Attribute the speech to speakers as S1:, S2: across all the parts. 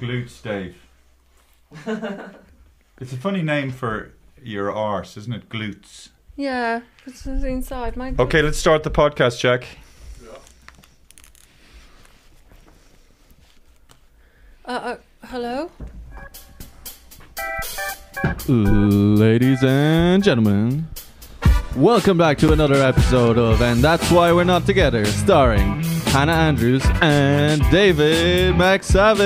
S1: glutes, Dave? it's a funny name for your arse, isn't it? Glutes.
S2: Yeah, because it's inside my.
S1: Okay, let's start the podcast, Jack.
S2: Uh, uh, hello?
S3: Ladies and gentlemen, welcome back to another episode of And That's Why We're Not Together, starring Hannah Andrews and David McSavage.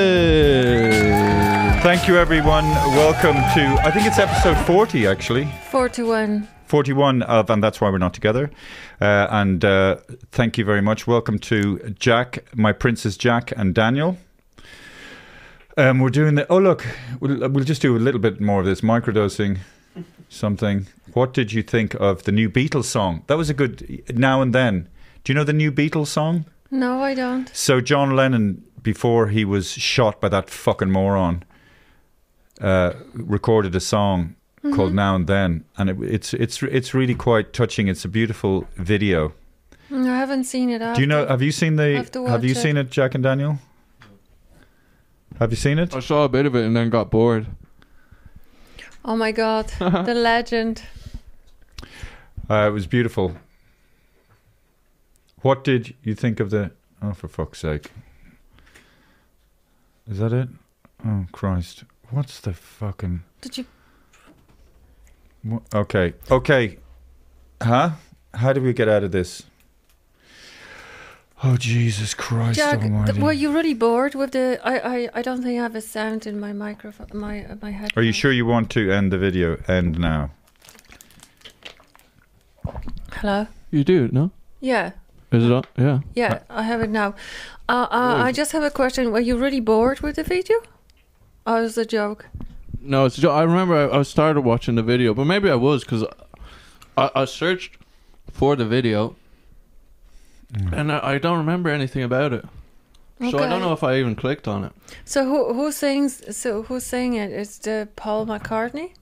S1: Thank you, everyone. Welcome to, I think it's episode 40, actually.
S2: 41.
S1: 41 of And That's Why We're Not Together. Uh, and uh, thank you very much. Welcome to Jack, my princes Jack and Daniel. Um, we're doing the, oh, look, we'll, we'll just do a little bit more of this microdosing something. What did you think of the new Beatles song? That was a good now and then. Do you know the new Beatles song?
S2: No, I don't.
S1: So John Lennon, before he was shot by that fucking moron, uh, recorded a song
S2: Mm-hmm.
S1: called "Now and Then," and it, it's it's it's really quite touching. It's a beautiful video.
S2: Mm, I haven't seen it.
S1: Do you know? Have you seen
S2: I
S1: the?
S2: have to
S1: have you
S2: watch it.
S1: seen it, Jack and Daniel? Have you seen it?
S3: I saw a bit of it and then got bored.
S2: Oh my god, the legend.
S1: Uh, it was beautiful. What did you think of the? Oh, for fuck's sake! Is that it? Oh Christ! What's the fucking?
S2: Did you.
S1: Wha- Okay. Okay. Huh? How do we get out of this? Oh Jesus Christ
S2: Jack, th-
S1: Almighty!
S2: were you really bored with the. I, I, I don't think I have a sound in my microphone. My, uh, my head.
S1: Are you sure you want to end the video? End now.
S2: Hello?
S3: You do, no?
S2: Yeah.
S3: Is it on? Yeah.
S2: Yeah, I have it now. Uh, uh,
S3: Oh.
S2: I just have a question. Were you really bored with the video? Or was it a joke?
S3: No, it's. I remember I, I started watching the video, but maybe I was because I, I searched for the video and I, I don't remember anything about it. So I
S2: Okay.
S3: don't know if I even clicked on it.
S2: So who who sings? So who sang it? It's the Paul McCartney.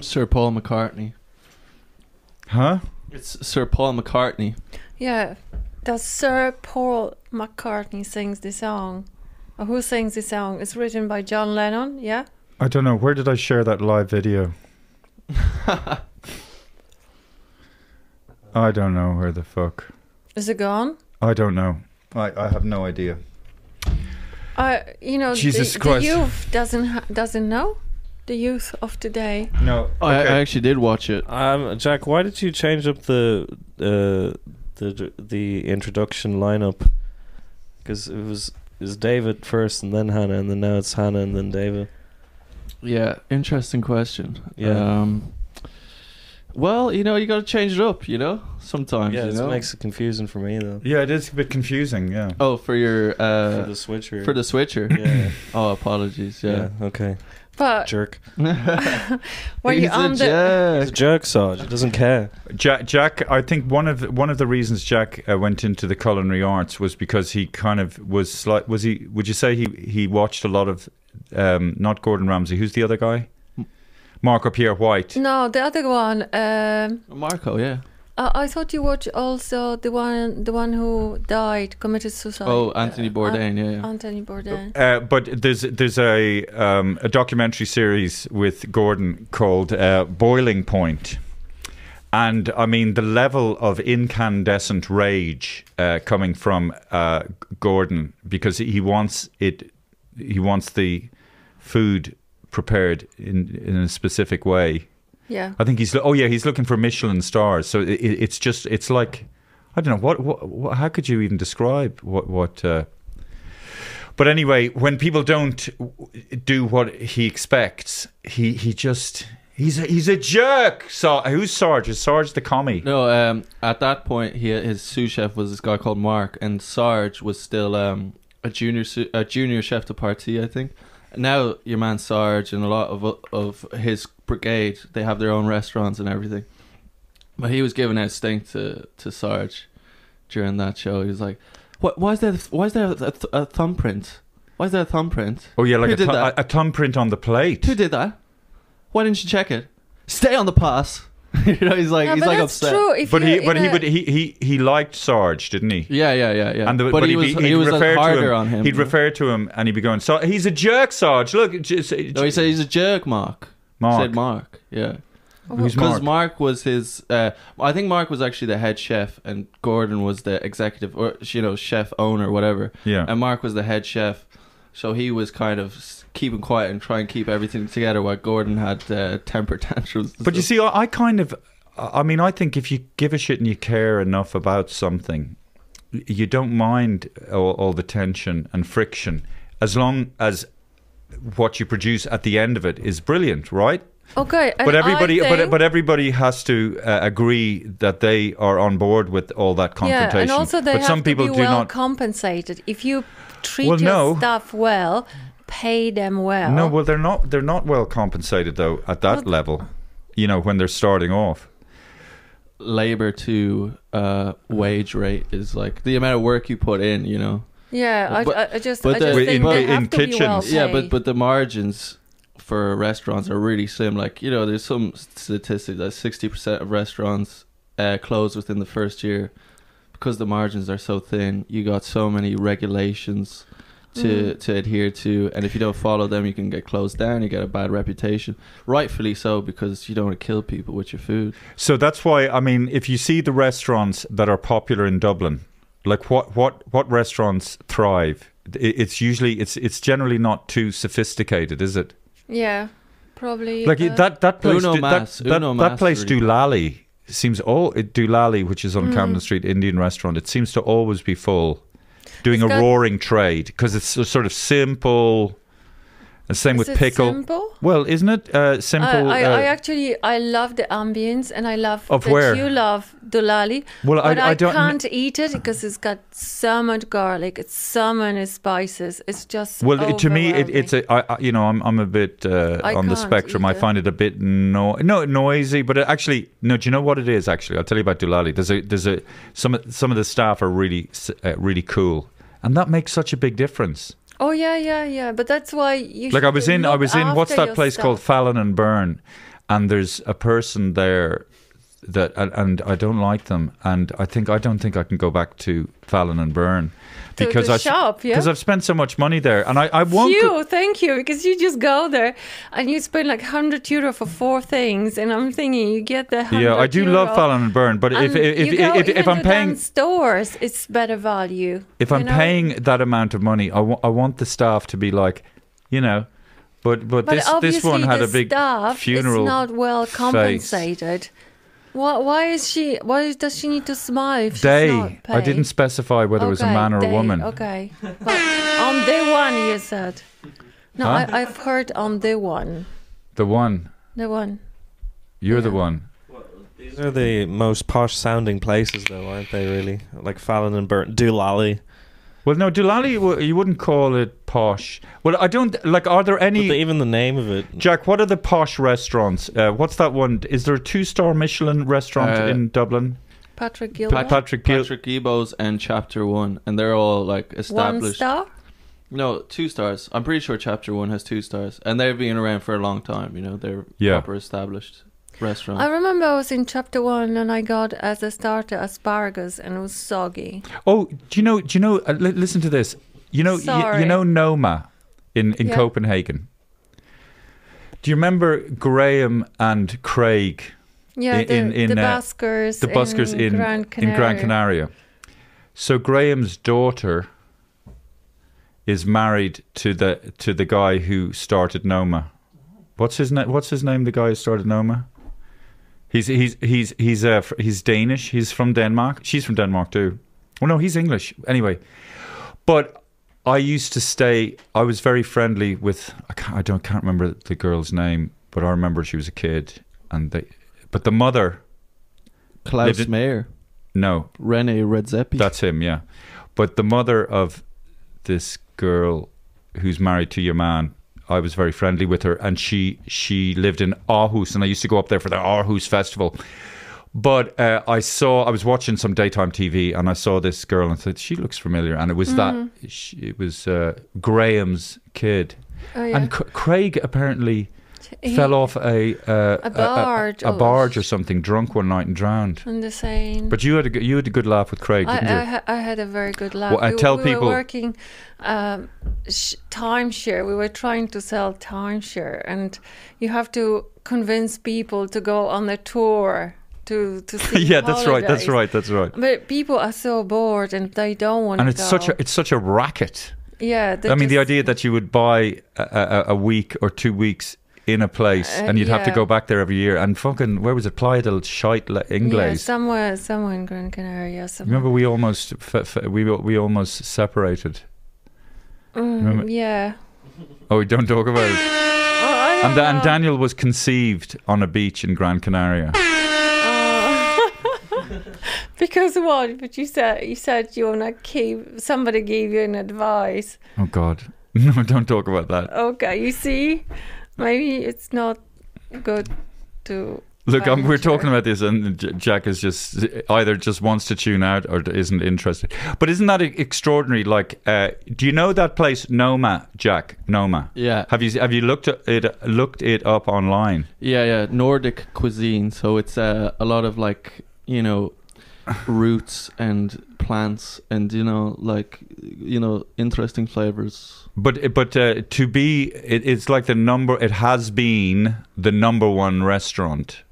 S3: Sir Paul McCartney.
S1: Huh?
S3: It's Sir Paul McCartney.
S2: Yeah, that Sir Paul McCartney sings the song. Or who sings the song? It's written by John Lennon. Yeah.
S1: I don't know. Where did I share that live video? I don't know where the fuck.
S2: Is it gone?
S1: I don't know. I, I have no idea.
S2: I you know
S1: Jesus
S2: the,
S1: Christ.
S2: the youth doesn't ha- doesn't know. The youth of today.
S1: No.
S3: Oh, I,
S1: okay.
S3: I actually did watch it.
S4: Um, Jack, why did you change up the uh, the the introduction lineup? Because it was it was David first, and then Hannah, and then now it's Hannah, and then David.
S3: Yeah, interesting question.
S4: Yeah.
S3: Um, well, you know, you got to change it up. You know, sometimes.
S4: Yeah,
S3: you
S4: it
S3: know?
S4: makes it confusing for me though.
S1: yeah, it is a bit confusing. Yeah.
S3: Oh, for your
S4: for
S3: uh,
S4: the switcher.
S3: for the switcher.
S4: yeah,
S3: Oh, apologies. Yeah.
S4: yeah. Okay.
S2: But
S4: jerk.
S2: when
S3: He's
S2: you're on
S3: a
S2: the
S3: jerk.
S4: He's a jerk, Sarge. He doesn't care.
S1: Jack, Jack, I think one of the, one of the reasons Jack uh, went into the culinary arts was because he kind of was slight. Was he? Would you say he he watched a lot of um, not Gordon Ramsay? Who's the other guy? Marco Pierre White.
S2: no, the other one. Um,
S3: Marco, yeah.
S2: I, I thought you watched also the one, the one who died, committed suicide.
S3: Oh, Anthony Bourdain, yeah, yeah.
S2: Anthony Bourdain.
S1: Uh, but there's there's a um, a documentary series with Gordon called uh, Boiling Point, and I mean the level of incandescent rage uh, coming from uh, Gordon because he wants it, he wants the food prepared in in a specific way.
S2: Yeah.
S1: I think he's lo- oh yeah he's looking for Michelin stars, so it, it, it's just it's like I don't know what, what, what how could you even describe what what. Uh, but anyway, when people don't do what he expects, he he just he's a, he's a jerk. So who's Sarge? Is Sarge the commie?
S3: No, um, at that point, he his sous chef was this guy called Mark, and Sarge was still um, a junior su- a junior chef de partie, I think. Now your man Sarge and a lot of of his brigade, they have their own restaurants and everything. But he was giving out stink to to Sarge during that show. He was like, "What? Why is there? Why is there a, th- a thumbprint? Why is there a thumbprint?
S1: Oh yeah, like
S3: Who
S1: a,
S3: did
S1: thu-
S3: that?
S1: a, a thumbprint on the plate.
S3: Who did that? Why didn't you check it? Stay on the pass." you know, he's like,
S2: yeah,
S3: he's
S2: but
S3: like
S2: that's
S3: upset.
S2: true. If
S1: But
S2: you're
S1: he but
S2: in
S1: he
S2: a-
S1: would he, he he liked Sarge, didn't he?
S3: Yeah, yeah, yeah, yeah.
S1: And the,
S3: but, he was
S1: he'd,
S3: he was like,
S1: refer to
S3: harder
S1: him,
S3: on him.
S1: He'd refer to him, and he'd be going, "So he's a jerk, Sarge. Look, just,
S3: No, he said he's a jerk, Mark. He
S1: Mark.
S3: Said Mark. Yeah.
S1: Who's
S3: Because
S1: Mark?
S3: Mark was his. Uh, I think Mark was actually the head chef, and Gordon was the executive, or you know, chef owner, whatever.
S1: Yeah.
S3: And Mark was the head chef, so he was kind of s- keeping quiet and trying to keep everything together, while Gordon had uh, temper tantrums.
S1: But you
S3: So-
S1: see, I, I kind of, I mean, I think if you give a shit and you care enough about something, you don't mind all, all the tension and friction, as long as what you produce at the end of it is brilliant, right?
S2: Okay, and
S1: but everybody,
S2: I
S1: but
S2: think,
S1: but everybody has to uh, agree that they are on board with all that confrontation.
S2: Yeah, and also they
S1: but
S2: have
S1: some people
S2: to be
S1: do
S2: well
S1: not.
S2: compensated. If you treat
S1: Well,
S2: your
S1: no.
S2: staff well, pay them well.
S1: No, well, they're not. They're not well compensated though at that level. You know, when they're starting off.
S3: labor to uh, wage rate is like the amount of work you put in. You know.
S2: yeah,
S3: But-
S2: I, I, I just,
S3: but
S2: I
S3: the-
S2: just think
S3: but
S2: they have
S1: in
S2: to be well
S1: kitchens-
S3: Yeah, but
S2: paid.
S3: but the margins for restaurants are really slim. Like you know, there's some statistics that sixty percent of restaurants uh, close within the first year because the margins are so thin. You got so many regulations to
S2: Mm.
S3: to adhere to, and if you don't follow them, you can get closed down. You get a bad reputation, rightfully so, because you don't want to kill people with your food.
S1: So that's why I mean, if you see the restaurants that are popular in Dublin, like what what what restaurants thrive? I- It's usually it's it's generally not too sophisticated, is it?
S2: yeah, probably
S1: Like
S2: uh,
S1: that that place
S3: Uno
S1: do-
S3: Mas,
S1: that, that,
S3: Uno
S1: that
S3: Mas
S1: place
S3: really-
S1: Doolally seems all Doolally, which is on
S2: Mm.
S1: Camden Street Indian restaurant, it seems to always be full, doing
S2: It's
S1: a
S2: got-
S1: roaring trade because it's so- sort of simple. And same with
S2: Is it
S1: pickle.
S2: simple?
S1: Well, isn't it uh, simple?
S2: I, I,
S1: uh,
S2: I actually I love the ambience and I love
S1: Of
S2: that
S1: where?
S2: you love Dolali.
S1: Well, I-
S2: but I,
S1: I don't kn-
S2: can't eat it because it's got so much garlic, it's so many spices. It's just
S1: Well, it- to me, it, it's
S2: overwhelming.
S1: a, I, I, you know, I'm I'm a bit uh,
S2: I
S1: on the
S2: can't
S1: spectrum. I
S2: either.
S1: find it a bit no, no noisy, but it actually, no. Do you know what it is? Actually, I'll tell you about Dulali. There's a there's a some of- some of the staff are really s- uh, really cool, and that makes such a big difference.
S2: oh yeah, yeah, yeah. But that's why you
S1: Like I
S2: should
S1: was in I
S2: look
S1: was in what's
S2: after
S1: that place
S2: yourself.
S1: called Fallon and Byrne, and there's a person there that and, and I don't like them, and I think I don't think I can go back to Fallon and Byrne
S2: To the
S1: I
S2: shop, yeah?
S1: because I've spent so much money there, and I I won't.
S2: you,
S1: go-
S2: thank you, because you just go there and you spend like hundred euro for four things, and I'm thinking you get the 100
S1: Yeah, I do love
S2: euro,
S1: Fallon and Byrne, but if
S2: and
S1: if
S2: you
S1: if,
S2: go
S1: if, if,
S2: even
S1: I'm
S2: to
S1: paying
S2: stores, it's better value.
S1: if
S2: you
S1: I'm
S2: know?
S1: paying that amount of money, I wa- I want the staff to be like, you know, but but,
S2: But
S1: this
S2: obviously
S1: this one had
S2: the
S1: a big
S2: staff
S1: funeral.
S2: is not well
S1: face.
S2: compensated. Why, why is she? Why does she need to smile? If
S1: They,
S2: she's not paid?
S1: I didn't specify whether it was a
S2: Okay,
S1: man or a
S2: they,
S1: woman.
S2: Okay, Well, on day one you said. No,
S1: Huh?
S2: I, I've heard on day one.
S1: The one,
S2: The one.
S1: you're the one.
S4: These are the most posh sounding places, though, aren't they? Really, like Fallon and Burton, Doolally.
S1: Well, no, Dulali, w- you wouldn't call it posh. Well, I don't like. Are there
S4: But
S1: any?
S4: the, even the name of it.
S1: Jack, what are the posh restaurants? Uh, what's that one? Is there a two-star Michelin restaurant
S3: Uh,
S1: in Dublin?
S2: Patrick Gilmore.
S1: Pat- Patrick Gill.
S3: Patrick Ebos and Chapter One, and they're all like
S2: One
S3: established.
S2: star.
S3: No, two stars. I'm pretty sure Chapter One has two stars, and they've been around for a long time. You know, they're
S1: Yeah.
S3: proper established restaurant.
S2: I remember I was in chapter one and I got as a starter asparagus and it was soggy.
S1: Oh, do you know? Do you know? Uh, li- listen to this. You know, y- you
S2: Sorry.
S1: know Noma in in
S2: Yeah.
S1: Copenhagen. Do you remember Graham and Craig,
S2: Yeah,
S1: In-
S2: the,
S1: in- in,
S2: the
S1: uh,
S2: buskers.
S1: the buskers in in
S2: Grand Canary.
S1: Canaria? So Graham's daughter is married to the to the guy who started Noma. What's his name? What's his name? The guy who started Noma. He's he's he's he's uh, fr- he's Danish. He's from Denmark. She's from Denmark too. Well, no, he's English. Anyway, but I used to stay. I was very friendly with. I can't, I don't can't remember the girl's name, but I remember she was a kid, and they. But the mother,
S3: Klaus
S1: Lived in-
S3: Mayer,
S1: no,
S3: Rene Redzepi.
S1: that's him, yeah. But the mother of this girl who's married to your man, I was very friendly with her, and she she lived in Aarhus, and I used to go up there for the Aarhus festival. But uh, I saw I was watching some daytime TV, and I saw this girl, and I said she looks familiar, and it was
S2: Mm.
S1: that she, it was uh, Graham's kid,
S2: Oh, yeah.
S1: and C- Craig apparently
S2: He-
S1: fell off a uh,
S2: A barge oh.
S1: a, a
S2: or-
S1: barge or something, drunk one night and drowned.
S2: And the same.
S1: But you had a, g- you had a good laugh with Craig,
S2: I,
S1: didn't you?
S2: I, ha- I had a very good laugh.
S1: Well, I
S2: we,
S1: tell
S2: we
S1: people-
S2: were working um, sh- timeshare. We were trying to sell timeshare, and you have to convince people to go on a tour to to see.
S1: yeah, that's right. That's
S2: holidays. Oh
S1: right. That's right.
S2: But people are so bored, and they don't want.
S1: And
S2: to
S1: it's
S2: go.
S1: such a it's such a racket.
S2: yeah. they
S1: I mean, the
S2: just-
S1: idea that you would buy a, a, a week or two weeks in a place
S2: Uh,
S1: and you'd have to
S2: yeah.
S1: go back there every year and fucking where was it? Playa del Shite Le-
S2: Yeah,
S1: Inglés.
S2: somewhere, somewhere in Gran Canaria. Somewhere.
S1: Remember, we almost f- f- we we almost separated. remember-
S2: Yeah.
S1: Oh, we don't talk about it.
S2: Oh, I don't
S1: And, and
S2: know.
S1: Daniel was conceived on a beach in Gran Canaria.
S2: Because what? But you said you said you wanna keep. Somebody gave you an advice.
S1: Oh God, no, don't talk about that.
S2: Okay, you see, maybe it's not good to.
S1: Look, um, we're
S2: Furniture.
S1: talking about this, and J- Jack is just either just wants to tune out or isn't interested. But isn't that e- extraordinary? Like, uh, do you know that place Noma, Jack? Noma.
S3: Yeah.
S1: Have you have you looked at it looked it up online?
S3: Yeah, yeah, Nordic cuisine. So it's uh, a lot of like you know roots and plants and you know like you know interesting flavors.
S1: But but uh, to be, it, it's like the number. It has been the number one restaurant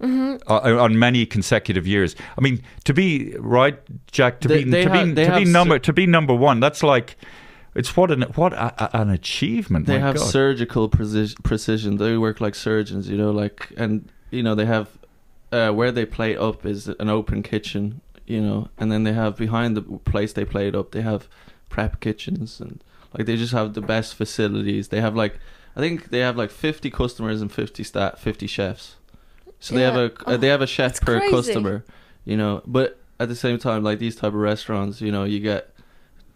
S1: o- uh, on many consecutive years. I mean, to be right, Jack. To
S3: They-
S1: be
S3: they
S1: to
S3: ha-
S1: be
S3: they
S1: to be
S3: have
S1: number
S3: cer-
S1: to be number one. That's like. It's what an what a, a- an achievement.
S3: They
S1: my
S3: have
S1: God.
S3: surgical precision, precision. They work like surgeons, you know, like and you know they have uh, where they play up is an open kitchen, you know, and then they have behind the place they play it up. They have prep kitchens and like they just have the best facilities. They have like I think they have like 50 customers and 50 stat 50 chefs. So they
S2: Yeah.
S3: have a uh, they have a chef
S2: That's
S3: per
S2: crazy.
S3: customer, you know, but at the same time like these type of restaurants, you know, you get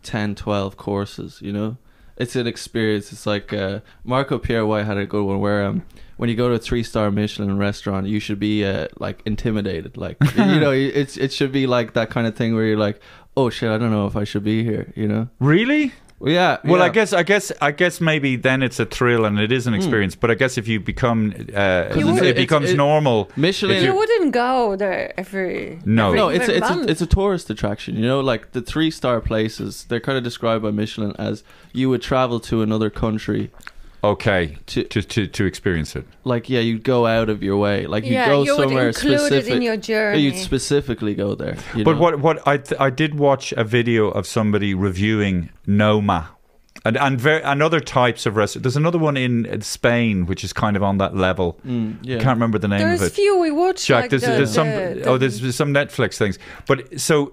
S3: 10 12 courses, you know it's an experience. It's like uh, Marco Pierre White had a good one where um, when you go to a three star Michelin restaurant, you should be uh, like intimidated. Like you know, it's it should be like that kind of thing where you're like, oh shit, I don't know if I should be here. You know?
S1: Really?
S3: Well, yeah.
S1: Well, I
S3: yeah.
S1: guess, I guess, I guess maybe then it's a thrill and it is an experience. But I guess if you become, uh,
S3: You
S1: it,
S3: would- it's-
S1: becomes
S3: it-
S1: normal.
S3: Michelin-
S1: if
S2: You
S1: you-
S2: wouldn't go there every.
S1: No.
S2: every
S3: No, it's a, it's
S2: month.
S3: a, it's a tourist attraction. You know, like the three star places, they're kind of described by Michelin as you would travel to another country.
S1: okay, to,
S3: To-
S1: to to experience it.
S3: Like yeah, you go out of your way. Like you
S2: Yeah,
S3: go
S2: you would
S3: somewhere
S2: include it in
S3: specific.
S2: your
S3: Yeah, You'd
S2: journey.
S3: specifically go there. you
S1: But
S3: know?
S1: what what I th- I did watch a video of somebody reviewing Noma. And and, ver- and other types of restaurants. There's another one in Spain which is kind of on that level.
S3: Mm, yeah.
S1: Can't remember the name
S2: There's
S1: of it.
S2: few we watch.
S1: Jack,
S2: like
S1: there's,
S2: the,
S1: there's some
S2: the-
S1: oh,
S2: the-
S1: there's some Netflix things, but so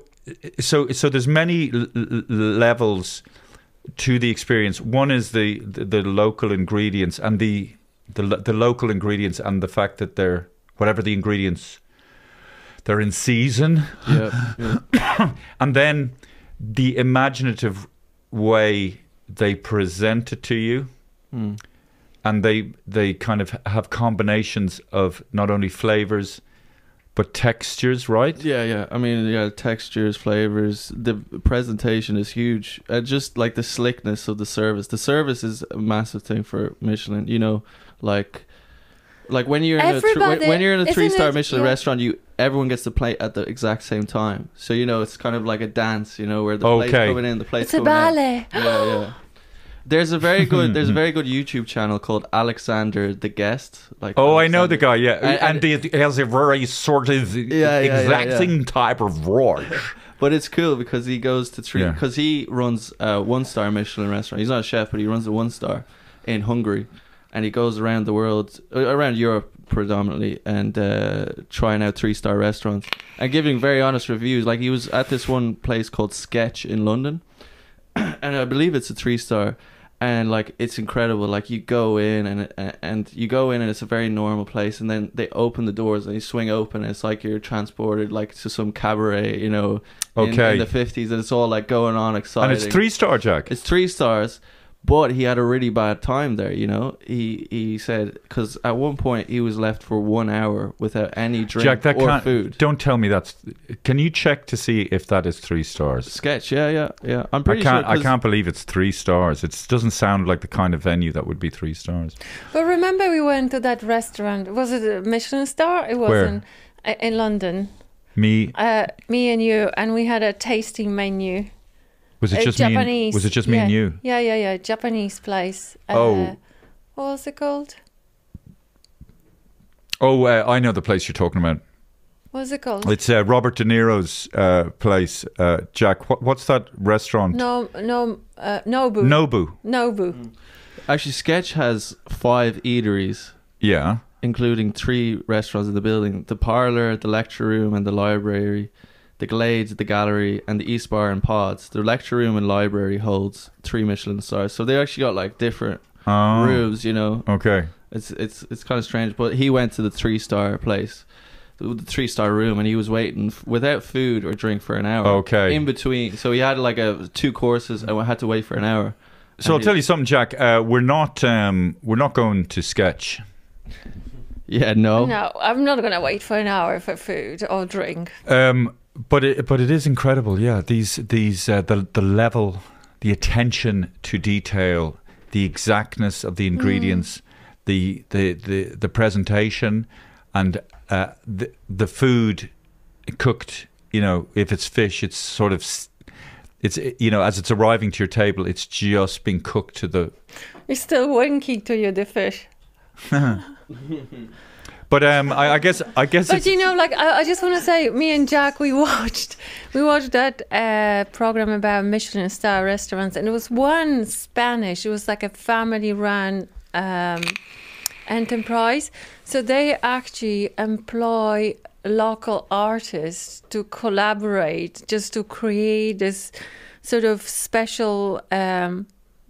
S1: so so there's many l- l- levels to the experience. One is the, the the local ingredients and the the lo- the local ingredients and the fact that they're whatever the ingredients they're in season,
S3: Yeah, yeah.
S1: and then the imaginative way they present it to you
S3: Mm.
S1: and they they kind of have combinations of not only flavors but textures right
S3: Yeah, yeah. I mean, yeah, textures, flavors. The presentation is huge. Uh, just like the slickness of the service. The service is a massive thing for Michelin. You know, like, like when you're in a thr- when,
S2: Everybody-
S3: when you're in a
S2: isn't
S3: three star
S2: it-
S3: Michelin
S2: yeah.
S3: restaurant, you everyone gets the plate at the exact same time. So you know, it's kind of like a dance. You know, where the
S1: Okay.
S3: plate's coming in, the plate's
S2: It's a
S1: uh,
S3: coming out.
S2: ballet.
S3: yeah, yeah. There's a very good there's a very good YouTube channel called Alexander the Guest. Like
S1: oh i know
S3: Alexander-
S1: the guy yeah
S3: And-
S1: and, he has a very sort of
S3: yeah, yeah,
S1: exacting type of roar
S3: But it's cool because he goes to three
S1: Yeah.
S3: because he runs a one star Michelin restaurant. He's not a chef, but he runs a one star in Hungary, and he goes around the world, uh, around Europe predominantly, and uh, trying out three star restaurants and giving very honest reviews. Like he was at this one place called Sketch in London, and I believe it's a three star. And like it's incredible. Like you go in and and you go in and it's a very normal place. And then they open the doors and you swing open. And it's like you're transported like to some cabaret, you know, in- in,
S1: Okay.
S3: the fifties. And it's all like going on exciting.
S1: and it's three star jack
S3: It's three stars, but he had a really bad time there. You know, he he said because at one point he was left for one hour without any drink
S1: jack that
S3: or
S1: can't
S3: food.
S1: don't tell me that's can you check to see if that is three stars
S3: Sketch, yeah, yeah, yeah. I'm
S1: I
S3: pretty
S1: can't.
S3: sure.
S1: I
S3: 'cause-
S1: can't believe it's three stars. It doesn't sound like the kind of venue that would be three stars.
S2: But remember, we went to that restaurant. Was it a Michelin star? It was
S1: Where?
S2: in in, in London.
S1: Me
S2: Uh, me and you, and we had a tasting menu.
S1: was it
S2: Uh,
S1: just me?
S2: Japanese.
S1: And, was it just me
S2: yeah.
S1: and you?
S2: Yeah, yeah, yeah. Japanese place. Uh,
S1: Oh.
S2: What was it called?
S1: Oh, uh, I know the place you're talking about.
S2: What was it called?
S1: It's uh, Robert De Niro's uh, place. Uh, Jack, what, what's that restaurant?
S2: no, no, uh, Nobu.
S1: Nobu.
S2: Nobu.
S3: Actually, Sketch has five eateries,
S1: Yeah.
S3: including three restaurants in the building: the parlor, the lecture room, and the library. The Glades, the Gallery, and the East Bar and Pods. The lecture room and library holds three Michelin stars, so they actually got like different
S1: Oh,
S3: rooms. You know,
S1: Okay.
S3: It's it's it's kind of strange, but he went to the three star place, the three star room, and he was waiting f- without food or drink for an hour.
S1: Okay.
S3: In between, so he had like a two courses and had to wait for an hour.
S1: So I'll
S3: And he-
S1: tell you something, Jack. Uh, we're not. Um, we're not going to sketch.
S3: Yeah.
S1: Oh.
S3: No.
S2: No, I'm not going to wait for an hour for food or drink.
S1: Um, but it, but it is incredible. Yeah. These these uh, the the level, the attention to detail, the exactness of the ingredients,
S2: Mm.
S1: the, the the the presentation, and uh, the the food cooked. You know, if it's fish, it's sort of. s- It's you know, as it's arriving to your table, it's just been cooked to the
S2: It's still winking to you, the fish.
S1: But um, I, I guess I guess
S2: But
S1: it's,
S2: you know, like I, I just want to say, me and Jack, we watched, we watched that uh, program about Michelin star restaurants, and it was one Spanish. It was like a family-run um, enterprise, so they actually employ local artists to collaborate just to create this sort of special um,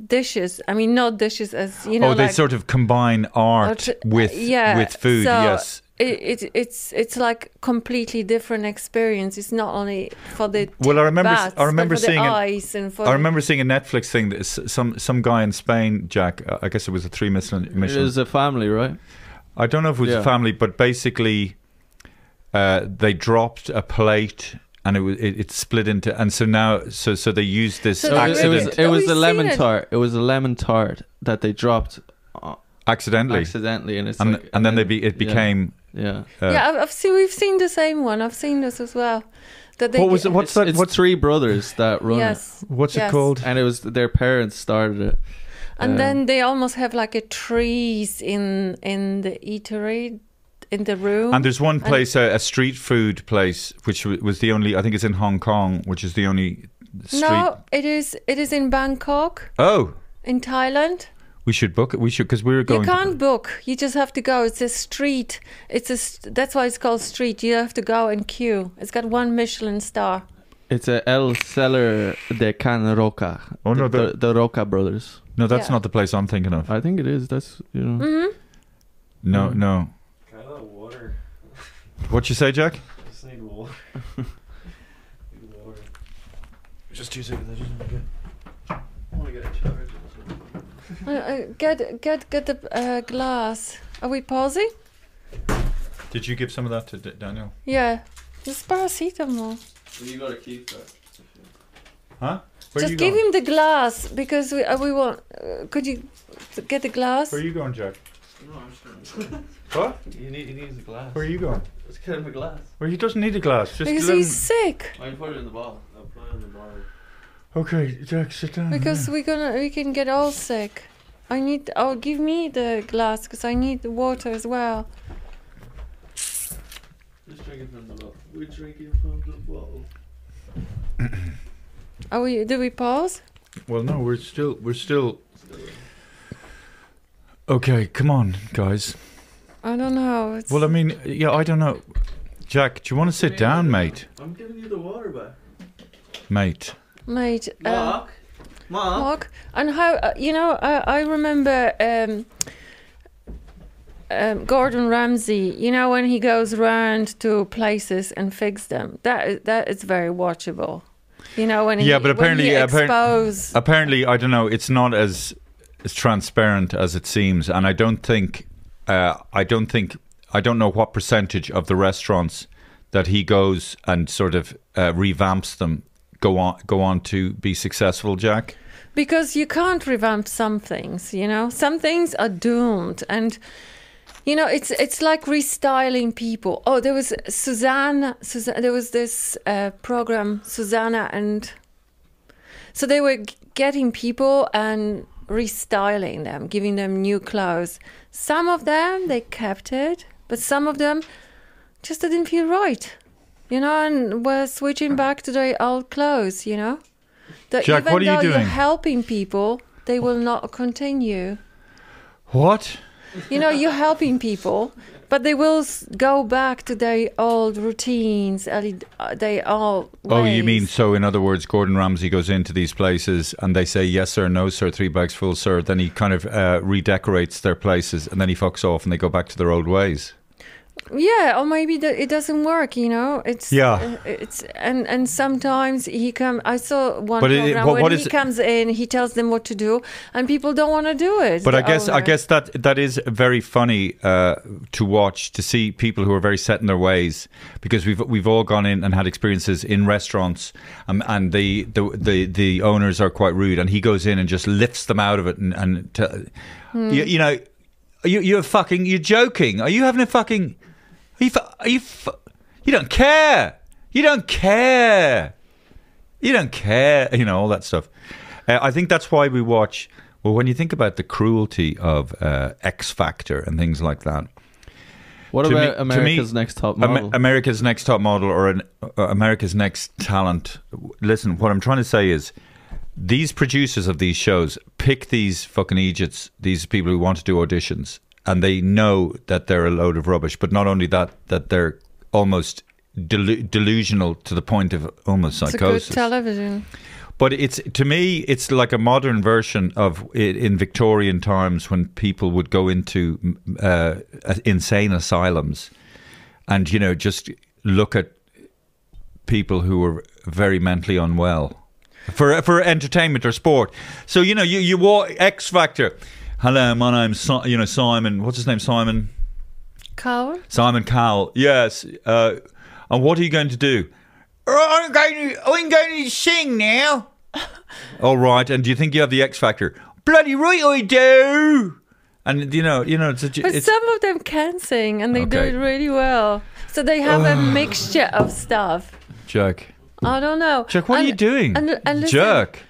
S2: dishes. I mean, not dishes as you know,
S1: oh, they
S2: like,
S1: sort of combine art
S2: Art-
S1: with
S2: uh, yeah,
S1: with food.
S2: so
S1: yes.
S2: It, it, it's it's like completely different experience. It's not only for the
S1: Well, I remember-
S2: bats,
S1: I remember
S2: but for
S1: seeing
S2: the
S1: an-
S2: eyes and for
S1: I remember seeing a Netflix thing that s- some some guy in Spain, Jack. uh, I guess it was a three Michelin.
S3: It
S1: Michelin.
S3: was a family, right?
S1: I don't know if it was
S3: Yeah.
S1: a family, but basically, uh, they dropped a plate and it was it, it split into and so now so so they used this
S2: So
S3: It was- it was
S1: accident
S3: it was
S2: We've
S3: a
S2: seen
S3: lemon
S2: it.
S3: tart. It was a lemon tart that they dropped
S1: accidentally
S3: accidentally, and it's
S1: and
S3: like,
S1: and then they be, it
S3: yeah,
S1: became.
S3: yeah.
S1: Uh,
S2: yeah, I've, I've seen we've seen the same one. I've seen this as well. That they
S1: What was it? What-
S3: It's,
S1: What's that-
S3: it's
S1: what's-
S3: three brothers that run
S2: Yes,
S1: What's
S2: Yes.
S1: it called?
S3: it, and it was their parents started it.
S2: and
S1: Uh,
S3: Um,
S2: then they almost have like a trees in in the eatery, in the room.
S1: And there's one place, a, a street food place, which w- was the only. I think it's in Hong Kong, which is the only street.
S2: no, it is it is in Bangkok,
S1: Oh,
S2: in Thailand.
S1: we should book it. We should because we were going.
S2: You can't
S1: To,
S2: book. You just have to go. It's a street. It's a. St- that's why it's called street. You have to go and queue. It's got one Michelin star.
S3: It's a El Cellar de Can Roca.
S1: Oh, no,
S3: the,
S1: the-
S3: the, the Roca brothers.
S1: no, that's
S2: Yeah.
S1: not the place I'm thinking of.
S3: I think it is. That's you know.
S1: No,
S3: Mm.
S1: no.
S4: Kind of water.
S1: What you say, Jack?
S4: Just need water. Just two seconds.
S2: Uh, uh, get get get the uh, glass. Are we pausing?
S1: Did you give some of that to D- Daniel?
S2: Yeah. Just paracetamol.
S3: You gotta keep that.
S1: Huh? Where
S2: Just
S1: you
S2: give
S1: going?
S2: him the glass because we uh, we want. Uh, could you t- get the glass?
S1: Where are you going, Jack?
S3: No, I'm just gonna.
S1: What?
S3: You need, he needs a glass.
S1: Where are you going?
S3: Let's get him a glass.
S1: Well, he doesn't need a glass. Just
S2: because
S1: let
S2: he's
S1: him-
S2: sick.
S3: I can put it in the bottle. I'll put it in the bottle.
S1: Okay, Jack, sit down.
S2: Because we're gonna we can get all sick. I need. Oh, give me the glass because I need the water as well.
S3: Just drink it from the bottle. We're drinking from the bottle.
S2: Are we? Do we pause?
S1: Well, no, we're still, we're still. Okay, come on, guys.
S2: I don't know. It's,
S1: Well, I mean, yeah, I don't know. Jack, do you want to sit down, mate?
S3: I'm giving you the water back.
S1: Mate.
S2: mate. uh,
S3: Mark? Mark?
S2: Mark, and how uh, you know? I, I remember um, um, Gordon Ramsay. You know when he goes round to places and fix them. That is, that is very watchable. You know when he
S1: Yeah, but apparently-
S2: when he
S1: appar-
S2: expose.
S1: Apparently, I don't know. It's not as as transparent as it seems, and I don't think, uh, I don't think, I don't know what percentage of the restaurants that he goes and sort of uh, revamps them go on go on to be successful. Jack,
S2: because you can't revamp some things you know some things are doomed and you know it's it's like restyling people oh there was susanna, susanna there was this uh, program susanna and so they were g- getting people and restyling them giving them new clothes some of them they kept it but some of them just didn't feel right you know and were switching back to their old clothes you know that
S1: Jack,
S2: even
S1: what are you
S2: though
S1: doing?
S2: you're helping people, they will not continue.
S1: what?
S2: You know, you're helping people, but they will s- go back to their old routines. and, uh, They all.
S1: Oh, you mean so? In other words, Gordon Ramsay goes into these places and they say yes sir, no sir, three bags full sir. Then he kind of uh, redecorates their places and then he fucks off and they go back to their old ways.
S2: Yeah, or maybe the, it doesn't work. You know, it's
S1: Yeah.
S2: uh, it's and and sometimes he come. I saw one
S1: But it-
S2: program
S1: what-
S2: when
S1: what
S2: he
S1: is it-
S2: comes in, he tells them what to do, and people don't want to do it.
S1: But
S2: "Oh, the
S1: I guess I
S2: owner.
S1: guess that that is very funny uh, to watch to see people who are very set in their ways because we've we've all gone in and had experiences in restaurants um, and the, the the the owners are quite rude and he goes in and just lifts them out of it and and t-
S2: Hmm.
S1: you, you know you you're fucking you're joking are you having a fucking are you fu- are you fu- you don't care you don't care you don't care, you know, all that stuff. Uh, I think that's why we watch. Well, when you think about the cruelty of uh, X Factor and things like that,
S3: What
S1: To me-
S3: about
S1: to me,
S3: America's Next Top
S1: Am-
S3: Model?
S1: America's Next Top Model or an, uh, America's Next Talent. Listen, what I'm trying to say is these producers of these shows pick these fucking idiots, these people who want to do auditions, and they know that they're a load of rubbish. But not only that, that they're almost delu- delusional to the point of almost
S2: it's a good
S1: psychosis.
S2: television.
S1: But it's to me, it's like a modern version of i in Victorian times when people would go into m- uh, insane asylums, and you know just look at people who were very mentally unwell for for entertainment or sport. So you know you you walk X Factor. Hello, my name's si- you know Simon. What's his name? Simon.
S2: Cow.
S1: Simon Cowell, yes. Uh, and what are you going to do? I'm going to, I'm going to sing now. All right. And do you think you have the X Factor? Bloody right, I do. And you know, you know, it's, a,
S2: But
S1: it's
S2: some of them can sing and they do
S1: Okay.
S2: it really well. So they have a mixture of stuff.
S1: Jack.
S2: I don't know.
S1: Jack, what
S2: And-
S1: are you doing?
S2: And, and listen,
S1: Jack.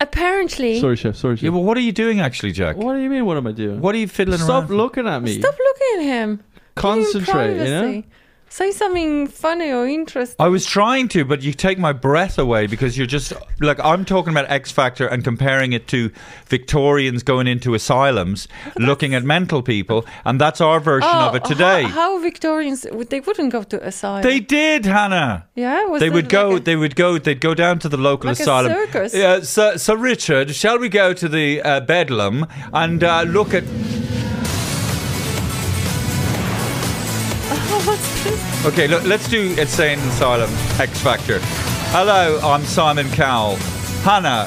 S2: Apparently,
S3: sorry, chef. Sorry, chef.
S1: Yeah, well, what are you doing actually, Jack?
S3: what do you mean? What am I doing?
S1: What are you fiddling
S3: Stop
S1: around? for?
S3: looking at me.
S2: stop looking at him.
S3: Concentrate. You know.
S2: Say something funny or interesting.
S1: I was trying to, but you take my breath away because you're just like I'm talking about X Factor and comparing it to Victorians going into asylums, looking at mental people, and that's our version of it
S2: Oh, how-
S1: today.
S2: How, Victorians would they wouldn't go to asylum?
S1: they did, Hannah.
S2: yeah, was
S1: They
S2: it
S1: would
S2: like
S1: go.
S2: a-
S1: they would go. They'd go down to the local
S2: Like a
S1: asylum.
S2: circus.
S1: Yeah, Sir, Sir Richard, shall we go to the uh, bedlam and uh, look at?
S2: Oh, what's this?
S1: Okay, look, let's do insane asylum X Factor. Hello, I'm Simon Cowell. Hannah,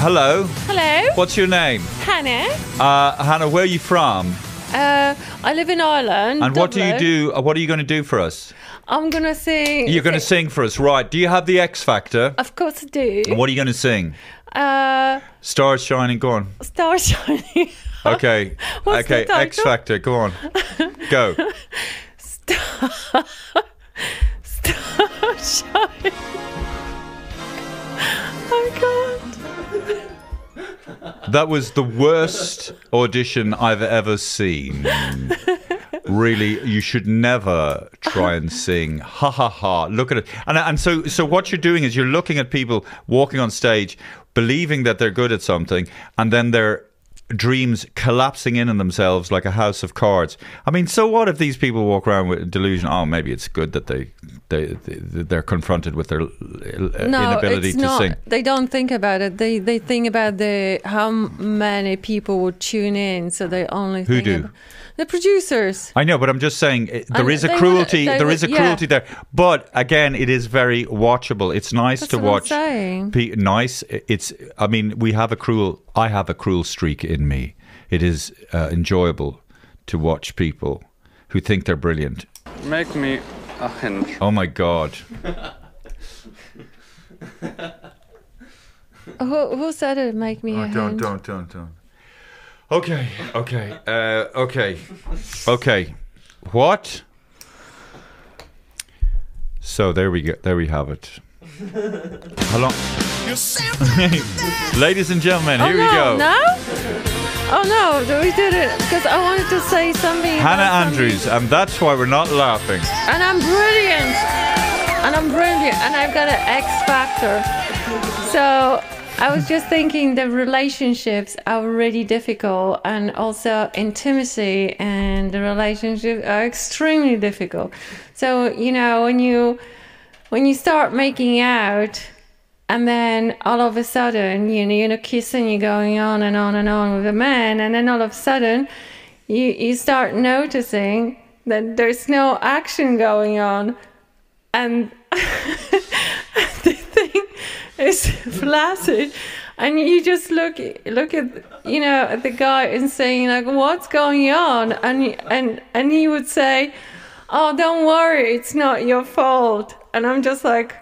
S1: hello.
S2: Hello,
S1: What's your name?
S2: Hannah.
S1: Uh, Hannah, where are you from?
S2: Uh, I live in Ireland.
S1: And what do you
S2: Dublin.
S1: do? uh, What are you going to do for us?
S2: I'm gonna sing.
S1: You're going to sing for us, right? Do you have the X Factor?
S2: Of course, I do.
S1: And what are you going to sing?
S2: Uh,
S1: Stars shining, go on.
S2: Star Shining.
S1: Okay,
S2: What's the
S1: okay. X
S2: title?
S1: Factor, go on. Go.
S2: Star Shining. Oh I can't.
S1: That was the worst audition I've ever seen. Really, you should never try and sing. Ha ha ha! Look at it. And and so so what you're doing is you're looking at people walking on stage, believing that they're good at something, and then their dreams collapsing in on themselves like a house of cards. I mean, so what if these people walk around with delusion? Oh, maybe it's good that they they they're confronted with their uh, inability
S2: it's
S1: to
S2: not.
S1: sing.
S2: They don't think about it. They they think about the how many people would tune in, so they only
S1: Who
S2: think
S1: do?
S2: about- the producers.
S1: I know, but I'm just saying it, there
S2: And
S1: is a
S2: they would-
S1: cruelty.
S2: they
S1: there
S2: would-
S1: is a
S2: yeah.
S1: cruelty there, but again, it is very watchable. It's nice
S2: That's
S1: to
S2: what I'm
S1: watch.
S2: saying.
S1: Pe- nice. eh, It's. I mean, we have a cruel. I have a cruel streak in me. It is uh, enjoyable to watch people who think they're brilliant.
S5: Make me a hinge.
S1: Oh my god!
S2: Who, who said it? Make me a hand.
S1: Oh, don't, don't, don't. Okay, okay, uh, okay, okay. What? So there we go. There we have it. How long? Ladies and gentlemen,
S2: Oh
S1: here
S2: no!
S1: we go.
S2: No. Oh no! We did it because I wanted to say something. about
S1: Hannah
S2: something.
S1: Andrews, and that's why we're not laughing.
S2: And I'm brilliant. And I'm brilliant. And I've got an X factor. So I was just thinking the relationships are really difficult. And also intimacy and the relationship are extremely difficult. So, you know, when you when you start making out and then all of a sudden, you know, you know, kissing, you're going on and on and on with a man, and then all of a sudden, you you start noticing that there's no action going on, and the thing is flaccid, and you just look look at you know at the guy and saying like, what's going on? And and and he would say, oh, don't worry, it's not your fault. And I'm just like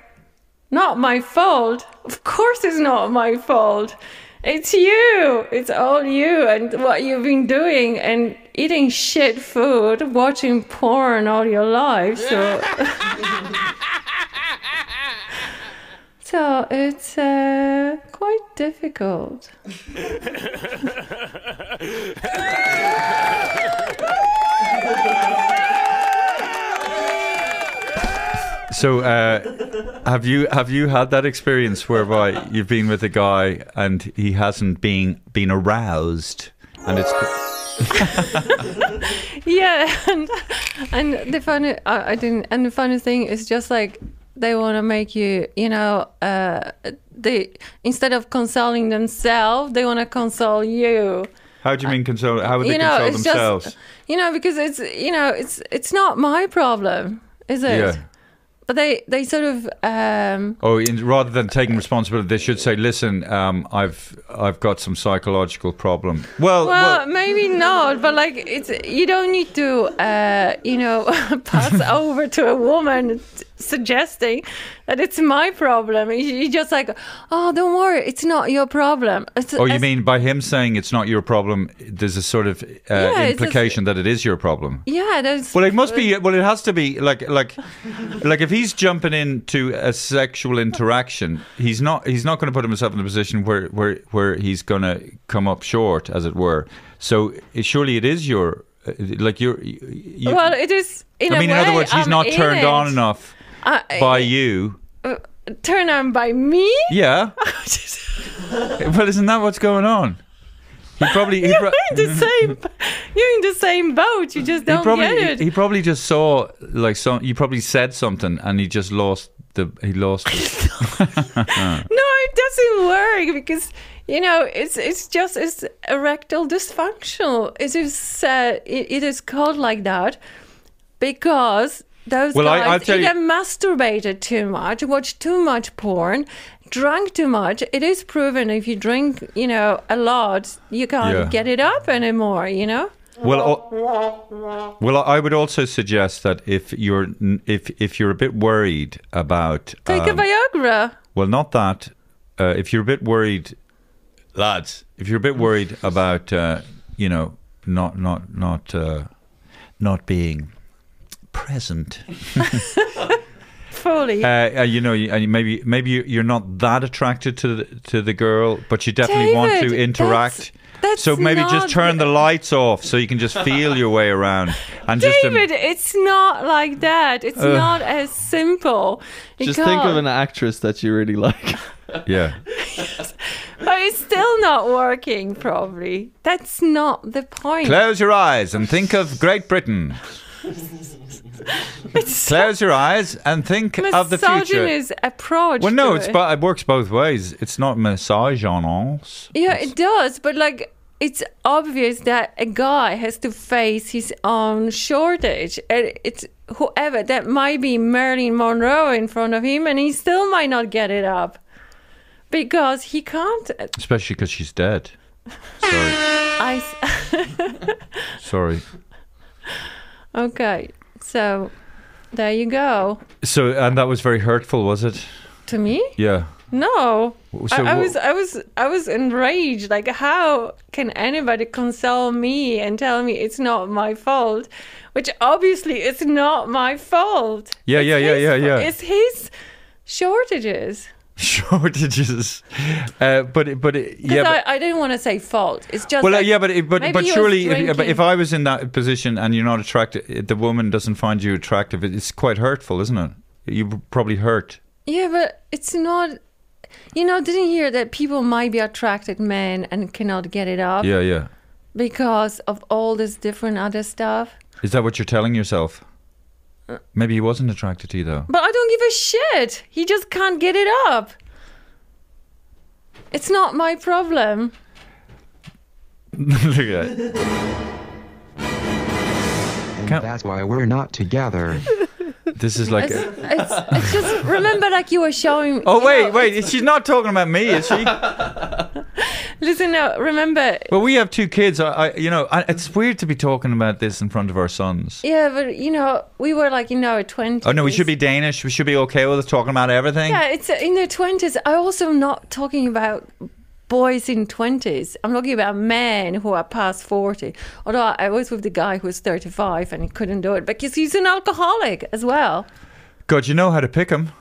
S2: not my fault. Of course, it's not my fault. It's you. It's all you and what you've been doing and eating shit food, watching porn all your life. So, so it's uh, quite difficult.
S1: So, uh, have you have you had that experience whereby you've been with a guy and he hasn't been been aroused, and it's
S2: yeah and and the funny I, I didn't and the funny thing is just like they want to make you you know uh they instead of consoling themselves they want to console you
S1: how do you mean console? How would they
S2: you know
S1: console
S2: it's
S1: themselves?
S2: just you know because it's you know it's it's not my problem is it
S1: yeah.
S2: but they they sort of um
S1: Oh, in, rather than taking responsibility, they should say, "Listen, um, I've I've got some psychological problem." Well,
S2: well,
S1: well,
S2: maybe not, but like it's you don't need to, uh, you know, pass over to a woman t- suggesting that it's my problem. You- You're just like, oh, don't worry, it's not your problem. It's,
S1: oh, you
S2: it's-
S1: mean by him saying it's not your problem? There's a sort of uh,
S2: it's
S1: implication that it is your problem.
S2: Yeah, that's
S1: Well, it must be. Well, it has to be like like like if he's jumping into a sexual interaction, he's not he's not going to put himself in a position where where where he's going to come up short, as it were. So it, surely it is your uh, like your. You,
S2: Well, it is. In
S1: I
S2: a
S1: mean, in
S2: way,
S1: other words, he's
S2: I'm
S1: not
S2: in
S1: turned
S2: it.
S1: on enough
S2: Uh,
S1: by you.
S2: uh, turned on by me.
S1: Yeah. well, isn't that what's going on? He probably he, pro-
S2: You're in the same. You're in the same boat. You just
S1: he
S2: don't
S1: probably
S2: get it.
S1: he, he probably just saw like some. You probably said something, and he just lost the he lost. it.
S2: No, it doesn't work because you know it's it's just it's erectile dysfunctional. It is uh, it, it is called like that because those
S1: Well, I- I'll
S2: guys
S1: tell you-
S2: either masturbated too much, watched too much porn, drank too much. It is proven if you drink, you know, a lot, you can't
S1: Yeah.
S2: get it up anymore. You know.
S1: Well, al- well, I would also suggest that if you're n- if if you're a bit worried about
S2: Take
S1: um,
S2: a Viagra.
S1: well, not that. Uh, if you're a bit worried, lads, if you're a bit worried about uh, you know not not not uh, not being present,
S2: Fully.
S1: uh, uh, you know, you- and you- maybe maybe you- you're not that attracted to the, to the girl, but you definitely want to
S2: David,
S1: interact.
S2: that's- that's
S1: so maybe just
S2: not-
S1: turn the lights off so you can just feel your way around and just. um,
S2: David, it's not like that. It's
S1: Ugh.
S2: not as simple. You
S3: Just think of
S2: can't.
S3: an actress that you really like.
S1: yeah.
S2: But it's still not working, probably. That's not the point.
S1: Close your eyes and think of Great Britain. Close your eyes and think of the future.
S2: Misogynist approach.
S1: Well, no,
S2: to
S1: it's
S2: it.
S1: bo- it works both ways. It's not misogynous.
S2: Yeah, it does, but like it's obvious that a guy has to face his own shortage. And It's whoever that might be Marilyn Monroe in front of him, and he still might not get it up because he can't.
S1: Especially because she's dead. Sorry.
S2: I s-
S1: Sorry.
S2: okay, so there you go.
S1: So, and that was very hurtful, was it?
S2: To me,
S1: Yeah.
S2: no.
S1: So
S2: I, I
S1: wha-
S2: was, I was, I was enraged. Like, how can anybody console me and tell me it's not my fault? Which obviously it's not my fault.
S1: Yeah, yeah, yeah,
S2: his
S1: yeah,
S2: fa-
S1: yeah.
S2: It's his shortages.
S1: Shortages. Uh, but, it- but, it-
S2: Because
S1: yeah. but-
S2: I, I didn't want to say fault. It's just.
S1: Well, uh,
S2: like,
S1: yeah, but it- but
S2: maybe
S1: but
S2: he was
S1: surely, if, if
S2: drinking.
S1: I was in that position and you're not attracted, the woman doesn't find you attractive. it- It's quite hurtful, isn't it? You were probably hurt.
S2: Yeah, but it's not. You know, didn't hear that people might be attracted men and cannot get it up
S1: Yeah, yeah.
S2: because of all this different other stuff.
S1: Is that what you're telling yourself? Maybe he wasn't attracted to you though.
S2: But I don't give a shit. He just can't get it up. It's not my problem.
S1: Look at that.
S6: And
S1: Can't-
S6: that's why we're not together.
S1: This is like.
S2: It's, it's, it's just remember, like you were showing.
S1: Oh
S2: you
S1: wait,
S2: know,
S1: wait! She's not talking about me, is she?
S2: Listen now. Remember.
S1: Well, we have two kids. I, I you know, I, it's weird to be talking about this in front of our sons.
S2: Yeah, but you know, we were like in our twenties.
S1: Oh no, we should be Danish. We should be okay with us talking about everything.
S2: Yeah, it's uh, in their twenties. I also not talking about boys in twenties. I'm talking about men who are past forty. Although I was with the guy who was thirty-five and he couldn't do it because he's an alcoholic as well.
S1: God, you know how to pick them.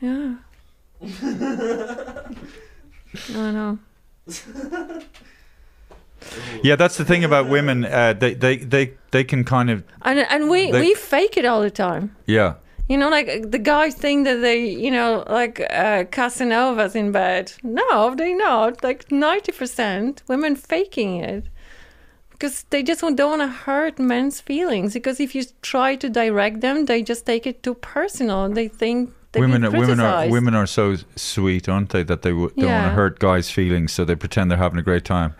S2: Yeah. I know.
S1: Yeah, that's the thing about women. Uh, they, they, they, they can kind of
S2: And and we
S1: They-
S2: we fake it all the time.
S1: yeah.
S2: You know, like uh, the guys think that they, you know, like uh, Casanovas in bed. No, they not. Like ninety percent women faking it because they just don't want to hurt men's feelings. Because if you try to direct them, they just take it too personal. and They think they
S1: women
S2: Being
S1: women are
S2: criticized.
S1: women are so sweet, aren't they? That they w- don't want
S2: Yeah.
S1: to hurt guys' feelings, so they pretend they're having a great time.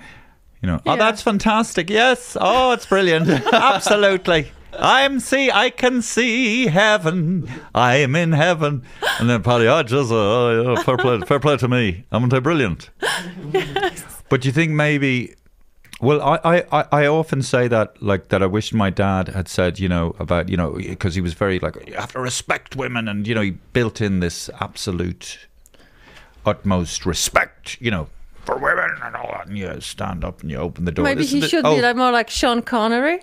S1: You know, oh,
S2: Yeah.
S1: that's fantastic. Yes, oh, it's brilliant. Absolutely. I'm see, I can see heaven. I am in heaven, and then probably, oh, just uh, oh, yeah, fair play, fair play to me. Haven't I brilliant? But do you think maybe? Well, I, I, I- I often say that like that. I wish my dad had said, you know, about you know, because he was very like you have to respect women, and you know, he built in this absolute, utmost respect, you know, for women and all that. And you stand up and you open the door.
S2: Maybe
S1: This is
S2: he
S1: the-
S2: should
S1: oh,
S2: be like more like Sean Connery.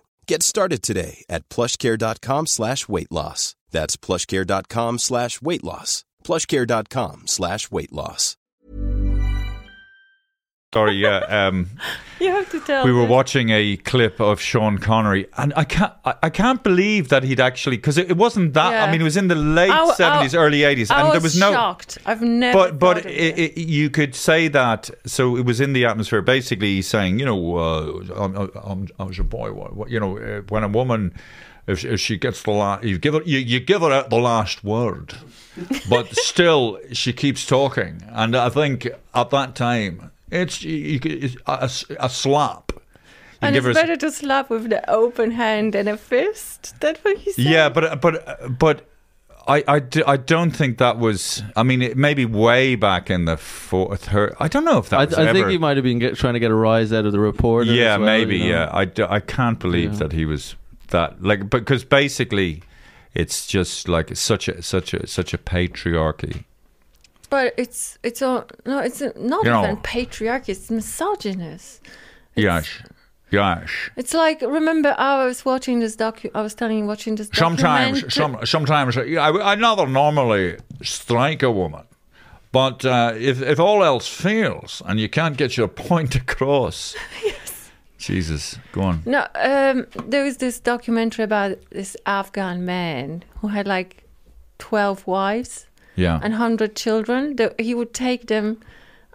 S7: Get started today at plushcare.com slash weight loss. That's plushcare.com slash weight loss. plushcare.com slash weight loss.
S1: Sorry, yeah. Um,
S2: You have to tell.
S1: we were
S2: me.
S1: watching a clip of Sean Connery, and I can't, I, I can't believe that he'd actually because it, it wasn't that.
S2: Yeah.
S1: I mean, it was in the late
S2: I w- I-
S1: seventies, early eighties,
S2: I
S1: and
S2: was
S1: there was no.
S2: shocked. I've never.
S1: But but
S2: thought of
S1: it, it, you could say that. So it was in the atmosphere. Basically, he's saying, you know, uh, I'm, I'm, I was a boy. What, what- you know, uh, when a woman, if, she- if she gets the last, you give her, you, you give her out the last word, but still she keeps talking. And I think at that time, it's you, you, could- it's a, a slap. You
S2: and
S1: give
S2: it's
S1: her a s-
S2: better to slap with the open hand than a fist. That what he said.
S1: yeah, but but but I I, do, I don't think that was. I mean, it maybe way back in the fourth. Her, I don't know if that.
S3: I,
S1: was
S3: I think
S1: ever-
S3: he might have been get, trying to get a rise out of the reporter.
S1: yeah,
S3: as well,
S1: maybe.
S3: you know.
S1: Yeah, I, do- I can't believe
S3: Yeah.
S1: that he was that like because basically, it's just like such a such a such a patriarchy.
S2: But it's it's all no. It's not
S1: You know.
S2: even patriarchy. It's misogynist.
S1: Yes, yes.
S2: It's like remember I was watching this docu. I was telling you watching this.
S1: Sometimes,
S2: documenta-
S1: some, sometimes I, I never normally strike a woman, but uh, if if all else fails and you can't get your point across, Jesus, go on.
S2: No, um, there was this documentary about this Afghan man who had like twelve wives.
S1: Yeah.
S2: And hundred children. The- He would take them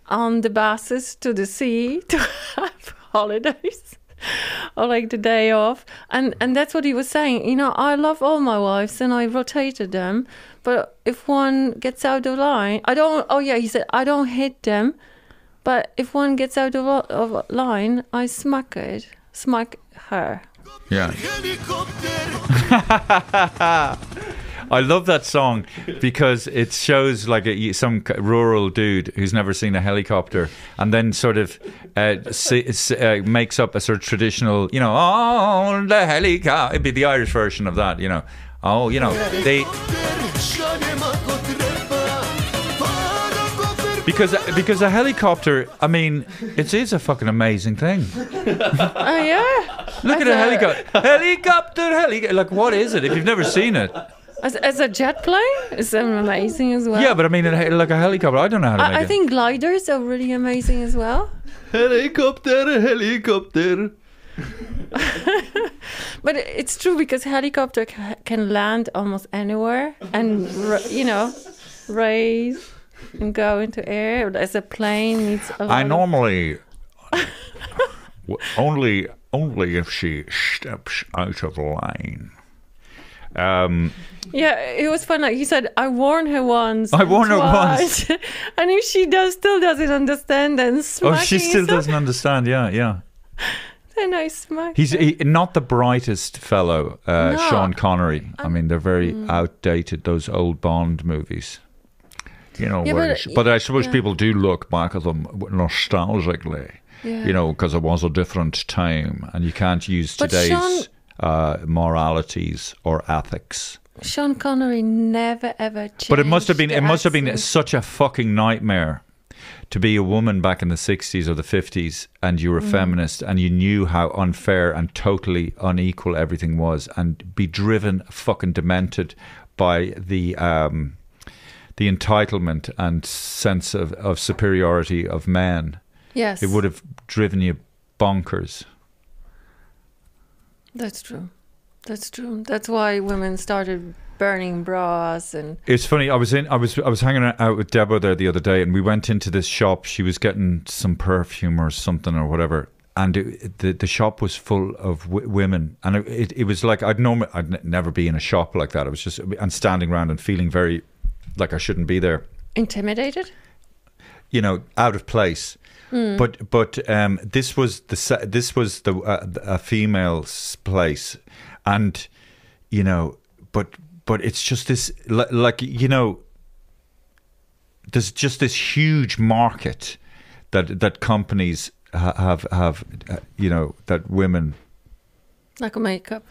S2: on the buses to the sea to have holidays or like the day off. And and that's what he was saying. You know, I love all my wives and I rotated them, but if one gets out of line, I don't. Oh yeah, he said I don't hit them, but if one gets out of, lo- of line, I smack it, smack her.
S1: Yeah. I love that song because it shows like a, some c- rural dude who's never seen a helicopter and then sort of uh, s- s- uh, makes up a sort of traditional, you know, oh, the helicopter. It'd be the Irish version of that, you know. Oh, you know, they. Because, because a helicopter, I mean, it is a fucking amazing thing.
S2: oh yeah.
S1: Look at
S2: As
S1: a helicopter. helicopter, helicopter. Like, what is it if you've never seen it?
S2: As, as a jet plane, it's amazing as well.
S1: yeah, but I mean, a he- like a helicopter. I don't know how to make
S2: I, I
S1: it.
S2: think gliders are really amazing as well.
S3: Helicopter, helicopter.
S2: But it's true because helicopter ca- can land almost anywhere and ra- you know raise and go into air. As a plane needs a lot
S1: I
S2: of-
S1: normally w- only only if she steps out of line. Um,
S2: yeah, it was fun. Like you said, I warned her once.
S1: I
S2: and
S1: warned her
S2: twice." and if she does still doesn't understand, then
S1: oh,
S2: smacking
S1: she still
S2: is up,
S1: doesn't understand. Yeah, yeah.
S2: Then I smack.
S1: He's
S2: her.
S1: he, not the brightest fellow, uh,
S2: No. Um, mm.
S1: Sean Connery. I mean, they're very outdated. Those old Bond movies. You know,
S2: Yeah,
S1: where
S2: but-
S1: it's- but, I suppose
S2: yeah.
S1: people do look back at them nostalgically.
S2: Yeah.
S1: You know, because it was a different time, and you can't use
S2: But
S1: today's
S2: Sean-
S1: uh, moralities or ethics.
S2: Sean Connery never ever. Changed
S1: But it must have been
S2: the
S1: it must have been
S2: accent.
S1: such a fucking nightmare to be a woman back in the 60s or the 50s and you were a feminist and you knew how unfair and totally unequal everything was and be driven fucking demented by the um, the entitlement and sense of, of superiority of men.
S2: Yes.
S1: It would have driven you bonkers.
S2: That's true. That's true. That's why women started burning bras and
S1: It's funny. I was in. I was. I was hanging out with Deborah there the other day, and we went into this shop. She was getting some perfume or something or whatever, and it, the the shop was full of w- women, and it, it, it was like I'd normally I'd n- never be in a shop like that. I was just and standing around and feeling very like I shouldn't be there,
S2: intimidated.
S1: you know, out of place.
S2: Mm.
S1: But but um, this was the se- this was the uh, a female's place, and you know, but but it's just this li- like you know, there's just this huge market that that companies ha- have have uh, you know that women
S2: Like a makeup.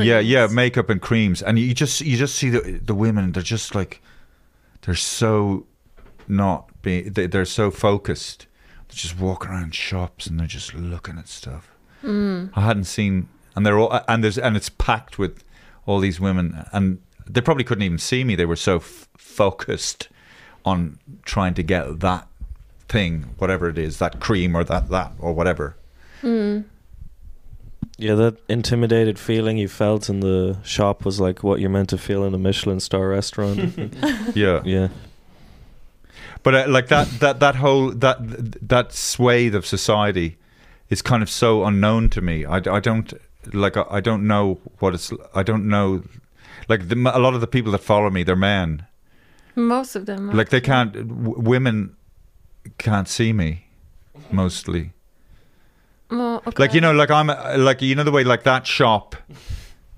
S1: yeah yeah makeup and creams and you just you just see the the women they're just like they're so not being they, they're so focused they just walk around shops and they're just looking at stuff
S8: Mm.
S1: i hadn't seen and they're all and there's and it's packed with all these women and they probably couldn't even see me they were so f- focused on trying to get that thing whatever it is that cream or that that or whatever
S2: Mm.
S4: Yeah, that intimidated feeling you felt in the shop was like what you're meant to feel in a Michelin star restaurant.
S1: yeah
S4: yeah.
S1: But uh, like that, that, that whole that that swathe of society is kind of so unknown to me. I, I don't like I, I don't know what it's. I don't know like the, a lot of the people that follow me, they're men.
S2: Most of them. Are.
S1: Like they can't. W- women can't see me mostly.
S2: More, okay.
S1: Like you know, like I'm uh, like you know the way like that shop.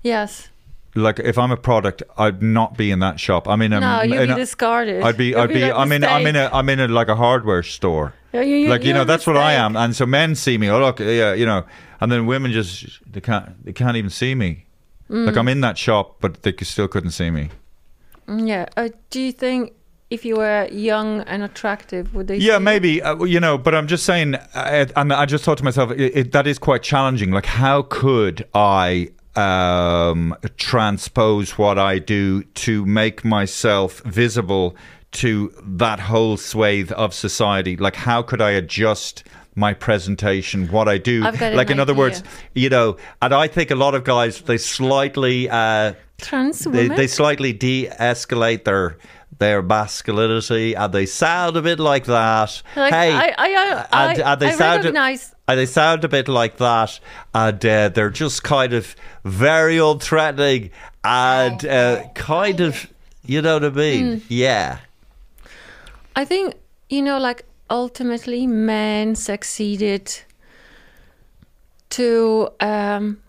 S2: Yes.
S1: Like if I'm a product, I'd not be in that shop. I'm in a.
S2: no, you'd
S1: in
S2: be
S1: a-
S2: discarded.
S1: Um, I'd be.
S2: You'd
S1: I'd be.
S2: like
S1: I'm in. I'm in
S2: mistake.
S1: a. I'm in a like a hardware store.
S2: Yeah, you- you-
S1: like you
S2: you're
S1: know,
S2: a
S1: that's what I am. And so men see me. Oh look, yeah, you know. And then women just they can't. They can't even see me. Like
S2: Mm.
S1: I'm in that shop, but they c- still couldn't see me.
S2: Yeah. Uh, do you think if you were young and attractive, would they?
S1: Yeah,
S2: see
S1: maybe uh, well, you know, but I'm just saying, uh, and I just thought to myself, it, it, that is quite challenging. Like, how could I um, transpose what I do to make myself visible to that whole swathe of society? Like, how could I adjust? My presentation, what I do,
S2: I've got an
S1: like in other words,
S2: idea.
S1: you know, and I think a lot of guys they slightly uh,
S2: trans
S1: they,
S2: women?
S1: they slightly de-escalate their their masculinity and they sound a bit like that
S2: Like,
S1: hey
S2: I, I, I,
S1: and-
S2: I,
S1: and they
S2: I
S1: sound-
S2: recognize.
S1: and they sound a bit like that and uh, they're just kind of very unthreatening and uh, kind of you know what i mean
S2: Mm.
S1: yeah
S2: I think you know, like ultimately, men succeeded to um,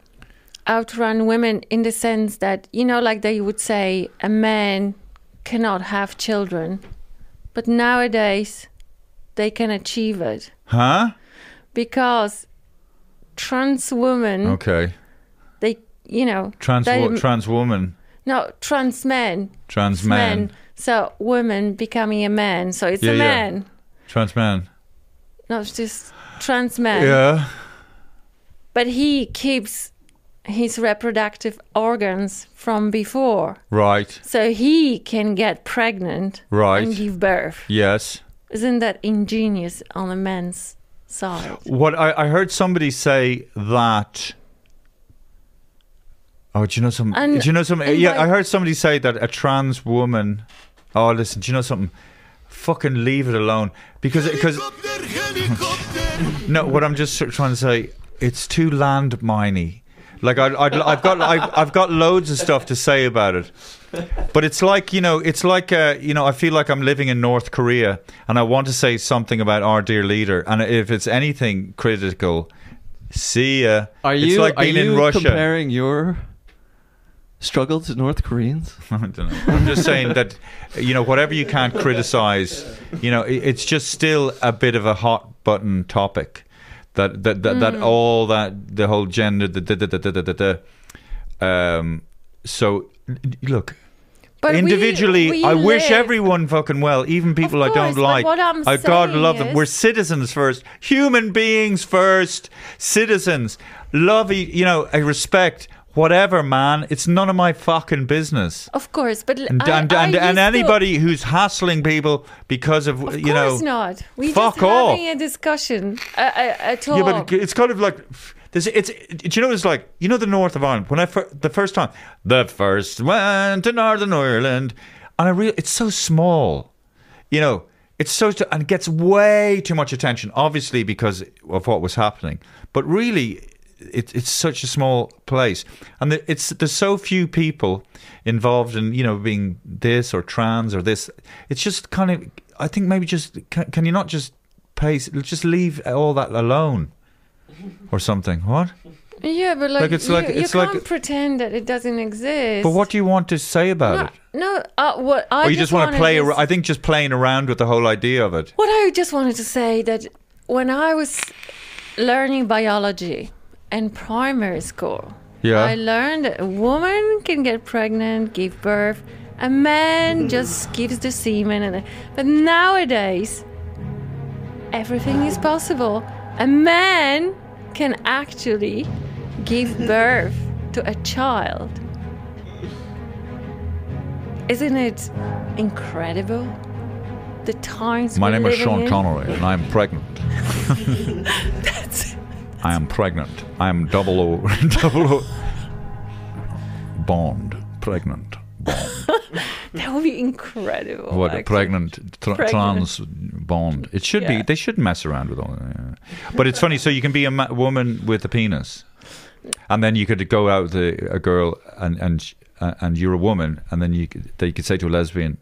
S2: outrun women in the sense that you know, like they would say, a man cannot have children, but nowadays they can achieve it
S1: huh
S2: because trans women,
S1: okay
S2: they, you know,
S1: trans
S2: they-
S1: wo- trans woman
S2: no trans men,
S1: trans man
S2: So women becoming a man, so it's
S1: Yeah,
S2: a
S1: yeah.
S2: man.
S1: trans man
S2: No, it's just trans man.
S1: yeah
S2: But he keeps his reproductive organs from before.
S1: right
S2: So he can get pregnant
S1: Right.
S2: and give birth.
S1: yes
S2: Isn't that ingenious on the man's side?
S1: What I, I heard somebody say that. Oh, do you know some?
S2: And-
S1: do you know some?
S2: and
S1: Yeah,
S2: like-
S1: I heard somebody say that a trans woman. Oh, listen, do you know something? Fucking leave it alone because because. no, what I'm just sort of trying to say, it's too landminey. Like I, I'd, I've got I've, I've got loads of stuff to say about it, but it's like you know, it's like uh, you know, I feel like I'm living in North Korea, and I want to say something about our dear leader, and if it's anything critical, see ya.
S3: Are
S1: it's
S3: you
S1: like being
S3: are you
S1: in Russia?
S3: comparing your struggle to North Koreans?
S1: I don't know. I'm just saying that you know whatever you can't criticize, you know i- it's just still a bit of a hot button topic. That that that, that
S8: Mm.
S1: all that the whole gender the the the the the, the, the um. So n- look.
S8: But we-
S1: Individually,
S8: we
S1: I wish
S8: live-
S1: everyone fucking well, even people I
S8: course,
S1: don't
S8: but
S1: like.
S8: what I'm
S1: I God
S8: saying
S1: love them.
S8: is-
S1: We're citizens first, human beings first, citizens. Love, e- you know, I respect whatever, man. It's none of my fucking business.
S2: Of course, but l-
S1: And
S2: I-
S1: and,
S2: I
S1: and,
S2: used
S1: and
S2: to-
S1: anybody who's hassling people because of, you
S2: Of
S1: know,
S2: course not. We
S1: fuck
S2: just
S1: off.
S2: having a discussion a- a- at all.
S1: Yeah, but it- it's kind of like this. It's do you know it's like you know the north of Ireland when I fir- the first time the first went to Northern Ireland, and I real it's so small, you know. It's so st- and it gets way too much attention, obviously because of what was happening. But really, it, it's such a small place, and the, it's there's so few people involved in you know being this or trans or this. It's just kind of I think maybe just can, can you not just pay just leave all that alone or something. What?
S2: yeah, but like,
S1: Like, it's
S2: you,
S1: like-
S2: you
S1: it's like-
S2: can't pretend that it doesn't exist.
S1: But what do you want to say about
S2: No,
S1: it?
S2: no uh, what I
S1: or you just, want to
S2: wanted
S1: play?
S2: is-
S1: ar- I think just playing around with the whole idea of it.
S2: What I just wanted to say that when I was learning biology in primary school.
S1: Yeah.
S2: I learned that a woman can get pregnant, give birth, a man just gives the semen. And but nowadays, everything is possible. A man can actually give birth to a child. Isn't it incredible? The times
S1: My
S2: we're
S1: name is
S2: living
S1: Sean
S2: in?
S1: Connery, and I'm pregnant. I am pregnant. I am double O, double O. Bond, pregnant.
S2: That would be incredible.
S1: what
S2: actually.
S1: a pregnant, tr-
S2: Pregnant.
S1: trans bond? It should
S2: Yeah.
S1: be. They should mess around with all. Yeah. But it's funny. So you can be a ma- woman with a penis, and then you could go out with a, a girl, and and sh- uh, and you're a woman, and then you could, they could say to a lesbian,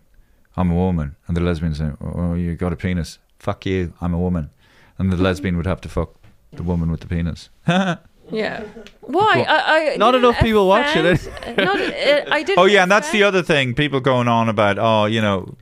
S1: "I'm a woman," and the lesbian saying, "Oh, you got a penis? Fuck you! I'm a woman," and the lesbian would have to fuck the woman with the penis.
S2: Yeah. Why? I, I
S1: Not
S2: didn't
S1: enough people watch it, eh?
S2: offend- not, uh, I didn't
S1: oh yeah, and that's the other thing. People going on about oh, you know,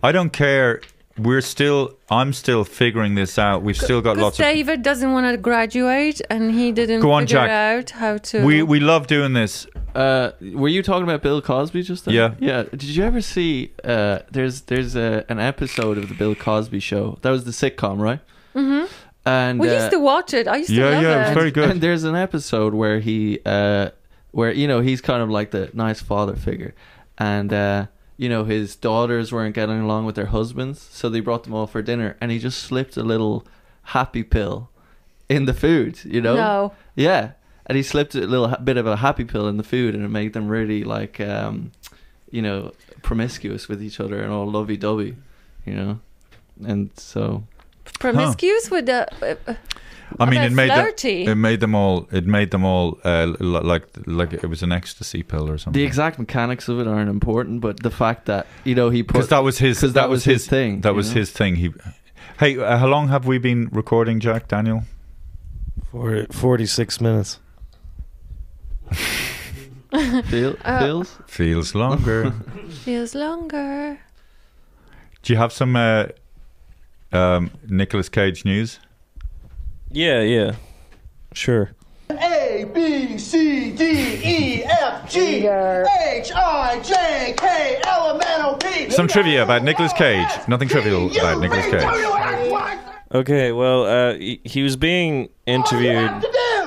S1: I don't care. We're still. I'm still figuring this out. We've still got
S2: Because
S1: lots of.
S2: David doesn't want to graduate, and he didn't
S1: Go on,
S2: figure
S1: Jack.
S2: out how to.
S1: We we love doing this.
S3: Uh, were you talking about Bill Cosby just then?
S1: Yeah.
S3: Yeah. Did you ever see? Uh, there's there's a, an episode of the Bill Cosby Show. That was the sitcom, right?
S2: Mhm.
S3: And
S2: we
S3: uh,
S2: used to watch it. I used to love it.
S3: And there's an episode where he, uh, where you know he's kind of like the nice father figure, and uh, you know his daughters weren't getting along with their husbands, so they brought them all for dinner, and he just slipped a little happy pill in the food. You know?
S2: No.
S3: Yeah, and he slipped a little ha- bit of a happy pill in the food, and it made them really like, um, you know, promiscuous with each other and all lovey dovey, you know, and so.
S2: Promiscuous with the. Uh, uh,
S1: I mean,
S2: okay,
S1: it made
S2: flirty.
S1: them. It made them all. It made them all uh, li- like like it was an ecstasy pill or something.
S3: The exact mechanics of it aren't important, but the fact that you know he put
S1: Because that was his.
S3: 'cause
S1: That, was his,
S3: thing.
S1: That
S3: you
S1: was
S3: know?
S1: his thing. He. Hey, uh, how long have we been recording, Jack Daniel?
S4: For 46 minutes.
S3: Feel,
S2: Uh,
S3: feels.
S1: Feels longer.
S2: feels longer.
S1: Do you have some uh, um, Nicolas Cage news?
S4: Yeah, yeah. Sure.
S8: A B C D E F G H I J K L M N O P.
S1: Some trivia about Nicolas Cage. Nothing trivial about Nicolas Cage.
S4: Okay, well, uh, he, he was being interviewed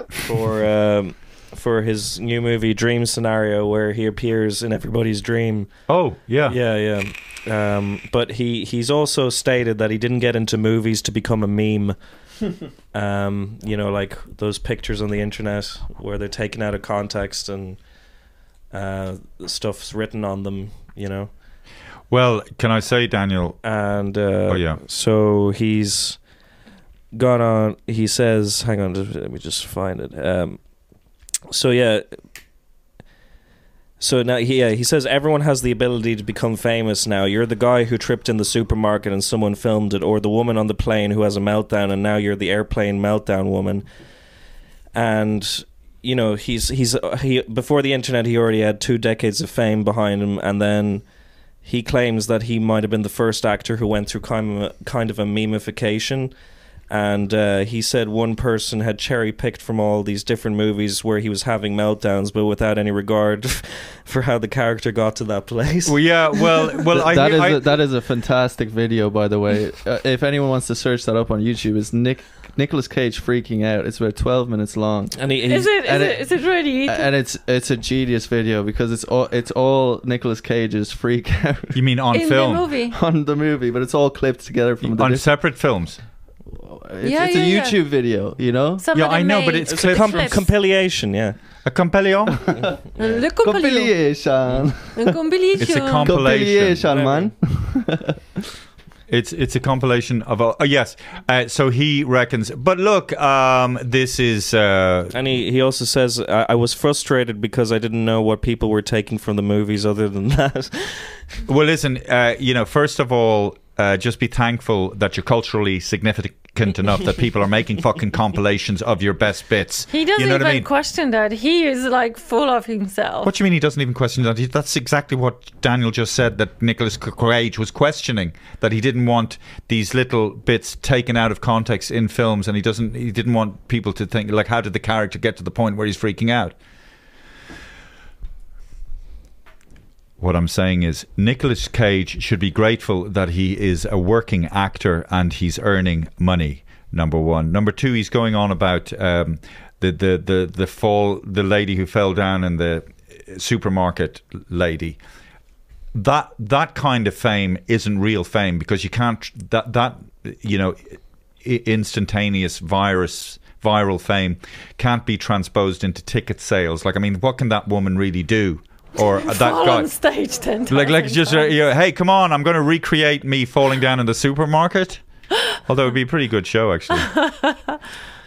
S4: for um, for his new movie Dream Scenario, where he appears in everybody's dream.
S1: Oh, yeah,
S4: yeah, yeah. Um, but he he's also stated that he didn't get into movies to become a meme. um, you know, like those pictures on the internet where they're taken out of context and uh, stuff's written on them. You know.
S1: Well, can I say, Daniel?
S4: And uh,
S1: Oh, yeah.
S4: so he's gone on. He says, "Hang on, just- let me just find it." Um, so yeah. So now he yeah, he says everyone has the ability to become famous now. You're the guy who tripped in the supermarket and someone filmed it, or the woman on the plane who has a meltdown and now you're the airplane meltdown woman. And you know he's he's he before the internet he already had two decades of fame behind him, and then he claims that he might have been the first actor who went through kind of a, kind of a memification. And uh, he said one person had cherry picked from all these different movies where he was having meltdowns, but without any regard for how the character got to that place.
S1: Well, yeah, well, well,
S3: Th- that is a, that is a fantastic video, by the way. uh, if anyone wants to search that up on YouTube, it's Nick Nicholas Cage freaking out. It's about twelve minutes long.
S4: And he,
S2: Is it? Is it, is it really?
S3: and it's it's a genius video because it's all it's all Nicolas Cage's freak out.
S1: You mean on
S2: In the film? movie?
S3: On the movie, but it's all clipped together from the
S1: on
S3: different-
S1: separate films.
S3: It's,
S2: Yeah,
S3: it's a
S2: yeah, yeah.
S3: YouTube video, you know.
S2: Somebody
S1: I know, but
S2: made
S1: it's
S4: It's a com-
S2: clips.
S4: compilation, yeah.
S1: A compilation.
S2: Le compilation.
S3: Compilation.
S2: Le compilation.
S1: It's a compilation.
S3: Compilation, man.
S1: It's it's a compilation of all. Oh, yes. Uh, so he reckons. But look, um, this is. Uh,
S4: And he, he also says, I, I was frustrated because I didn't know what people were taking from the movies other than that.
S1: well, listen. Uh, you know, first of all, uh, just be thankful that you're culturally significant enough that people are making fucking compilations of your best bits.
S2: He doesn't
S1: you know
S2: even
S1: what I mean?
S2: question that. He is like full of himself.
S1: What do you mean he doesn't even question that? He- That's exactly what Daniel just said that Nicholas Cage was questioning that he didn't want these little bits taken out of context in films, and he doesn't. He didn't want people to think like, how did the character get to the point where he's freaking out? What I'm saying is Nicolas Cage should be grateful that he is a working actor and he's earning money. Number one. Number two, he's going on about um, the, the the the fall, the lady who fell down in the supermarket lady. That that kind of fame isn't real fame because you can't that that you know i- instantaneous virus viral fame can't be transposed into ticket sales. Like I mean, what can that woman really do? Or that
S2: Fall
S1: guy
S2: on stage ten
S1: like like
S2: times.
S1: just uh, you know, hey come on i'm going to recreate me falling down in the supermarket although it'd be a pretty good show actually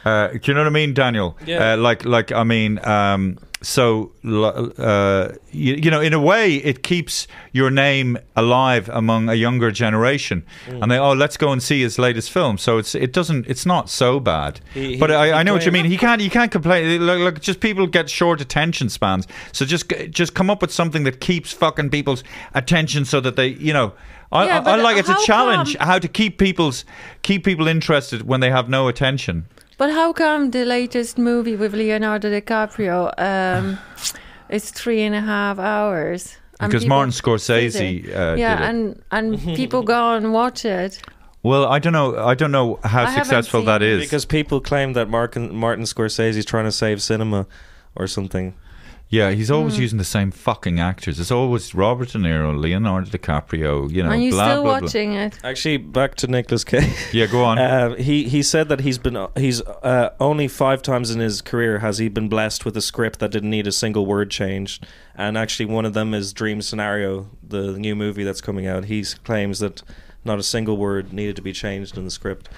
S1: uh, do you know what i mean daniel
S4: Yeah.
S1: uh, like like i mean um, so l- uh, you, you know in a way it keeps your name alive among a younger generation and they oh let's go and see his latest film so it's it doesn't it's not so bad
S4: He-
S1: but
S4: he-
S1: I,
S4: he
S1: I know what you mean
S4: claimed-
S1: he can't you can't complain look, look just people get short attention spans so just g- just come up with something that keeps fucking people's attention so that they you know I,
S2: Yeah,
S1: I, I
S2: but
S1: like it's a
S2: how
S1: challenge
S2: come-
S1: how to keep people's keep people interested when they have no attention
S2: But how come the latest movie with Leonardo DiCaprio um, is three and a half hours? And
S1: because
S2: people-
S1: Martin Scorsese uh,
S2: yeah,
S1: did it.
S2: and and people go and watch it.
S1: well I don't know I don't know how
S2: I haven't
S1: successful
S2: seen
S1: that is
S4: because people claim that Martin, Martin Scorsese is trying to save cinema or something.
S1: yeah he's always using the same fucking actors it's always Robert De Niro Leonardo DiCaprio you know
S2: and you're
S1: blah
S2: still
S1: blah blah
S2: watching it.
S4: Actually, back to Nicolas Cage.
S1: yeah go on
S4: Uh, he he said that he's been he's uh, only five times in his career has he been blessed with a script that didn't need a single word changed, and actually one of them is Dream Scenario, the new movie that's coming out. He claims that not a single word needed to be changed in the script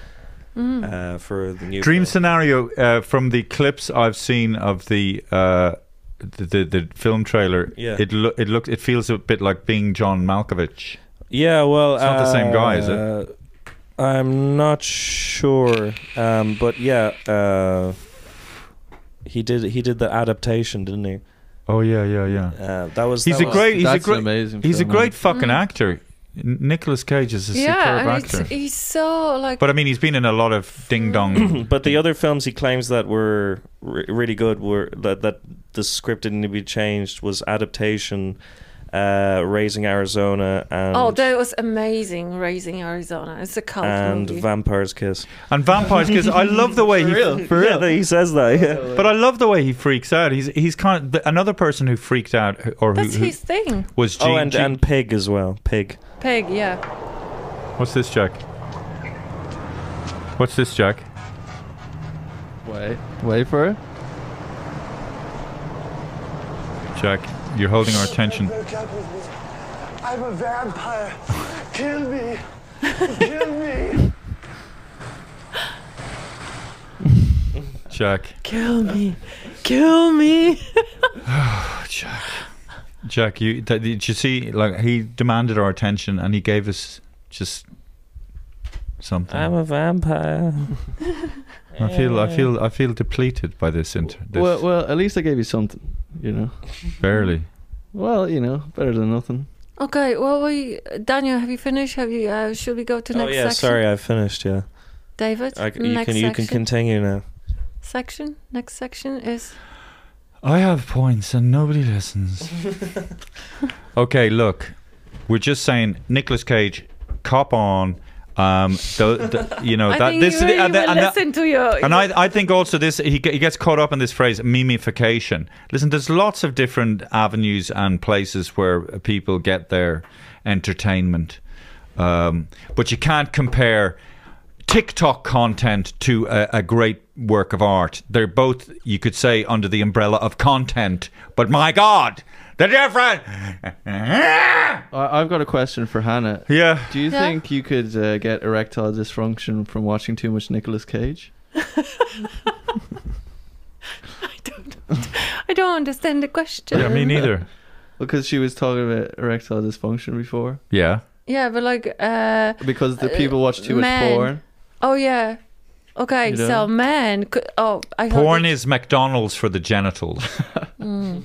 S4: uh, for the new
S1: Dream
S4: film.
S1: scenario uh, from the clips I've seen of the uh, the, the the film trailer.
S4: Yeah.
S1: It lo- it looks it feels a bit like being John Malkovich.
S4: Yeah, well,
S1: It's not the same guy, is it?
S4: uh, I'm not sure, um, but yeah, uh, he did he did the adaptation, didn't he?
S1: Oh yeah, yeah, yeah.
S4: Uh, that was
S1: he's
S4: that
S1: a
S4: was-
S1: great. He's
S3: That's
S1: a great.
S3: an amazing
S1: he's a
S3: film,
S1: great
S3: man.
S1: fucking
S2: Mm.
S1: actor. Nicholas Cage is a
S2: yeah,
S1: superb
S2: and it's,
S1: actor.
S2: he's so like.
S1: but um, I mean, he's been in a lot of Ding Dong.
S4: But the other films he claims that were re- really good were that that the script didn't need to be changed was adaptation, uh, Raising Arizona, and
S2: oh, that was amazing! Raising Arizona. It's a cult
S4: and
S2: movie.
S4: Vampire's Kiss.
S1: and vampires because I love the way he for real.
S4: Yeah, he says that. Yeah.
S1: But I love the way he freaks out. He's he's kind of the, another person who freaked out who- or who,
S2: That's
S1: who
S2: his thing.
S1: was Gene,
S4: Oh, and,
S1: Gene-
S4: and Pig as well. Pig.
S2: Peg, yeah.
S1: What's this, Jack? What's this, Jack?
S3: Wait, wait for it.
S1: Jack, you're holding our attention.
S8: I'm a vampire. Kill me. Kill me.
S1: Jack,
S2: Kill me, kill me.
S1: Jack, Jack, you th- did you see? Like he demanded our attention, and he gave us just something.
S4: I'm a vampire.
S1: I feel, I feel, I feel depleted by this. Inter- this
S3: Uh, Well, well, at least I gave you something, you know.
S1: barely.
S3: Well, you know, better than nothing.
S2: Okay, well, we Daniel, have you finished? Have you? Uh, should we go to
S4: Oh
S2: next
S4: yeah,
S2: section?
S4: sorry, I finished. Yeah,
S2: David,
S4: I, c- you
S2: next
S4: can you can
S2: section.
S4: continue now.
S2: section. Next section is
S1: I have points, and nobody listens. okay, look, we're just saying, Nicolas Cage, cop on. Um, the, the, you know
S2: I
S1: Oh, that
S2: think
S1: this
S2: you, you
S1: and that-
S2: will
S1: and that-
S2: listen to your.
S1: And I, I think also this he, ge- he gets caught up in this phrase memification. Listen, there's lots of different avenues and places where people get their entertainment, um, but you can't compare TikTok content to a, a great work of art. They're both, you could say, under the umbrella of content. But my God, they're different.
S3: I, I've got a question for Hannah.
S1: Yeah.
S3: Do you
S2: Yeah.
S3: think you could uh, get erectile dysfunction from watching too much Nicolas Cage?
S2: I don't understand the question.
S1: Yeah, me neither.
S3: Because she was talking about erectile dysfunction before.
S1: Yeah.
S2: Yeah, but like uh
S3: Because the people watch too much
S2: men.
S3: porn.
S2: Oh yeah. Okay,
S1: You
S2: so
S1: know?
S2: men. Could, oh, I thought
S1: Porn is McDonald's for the genitals.
S2: Mm.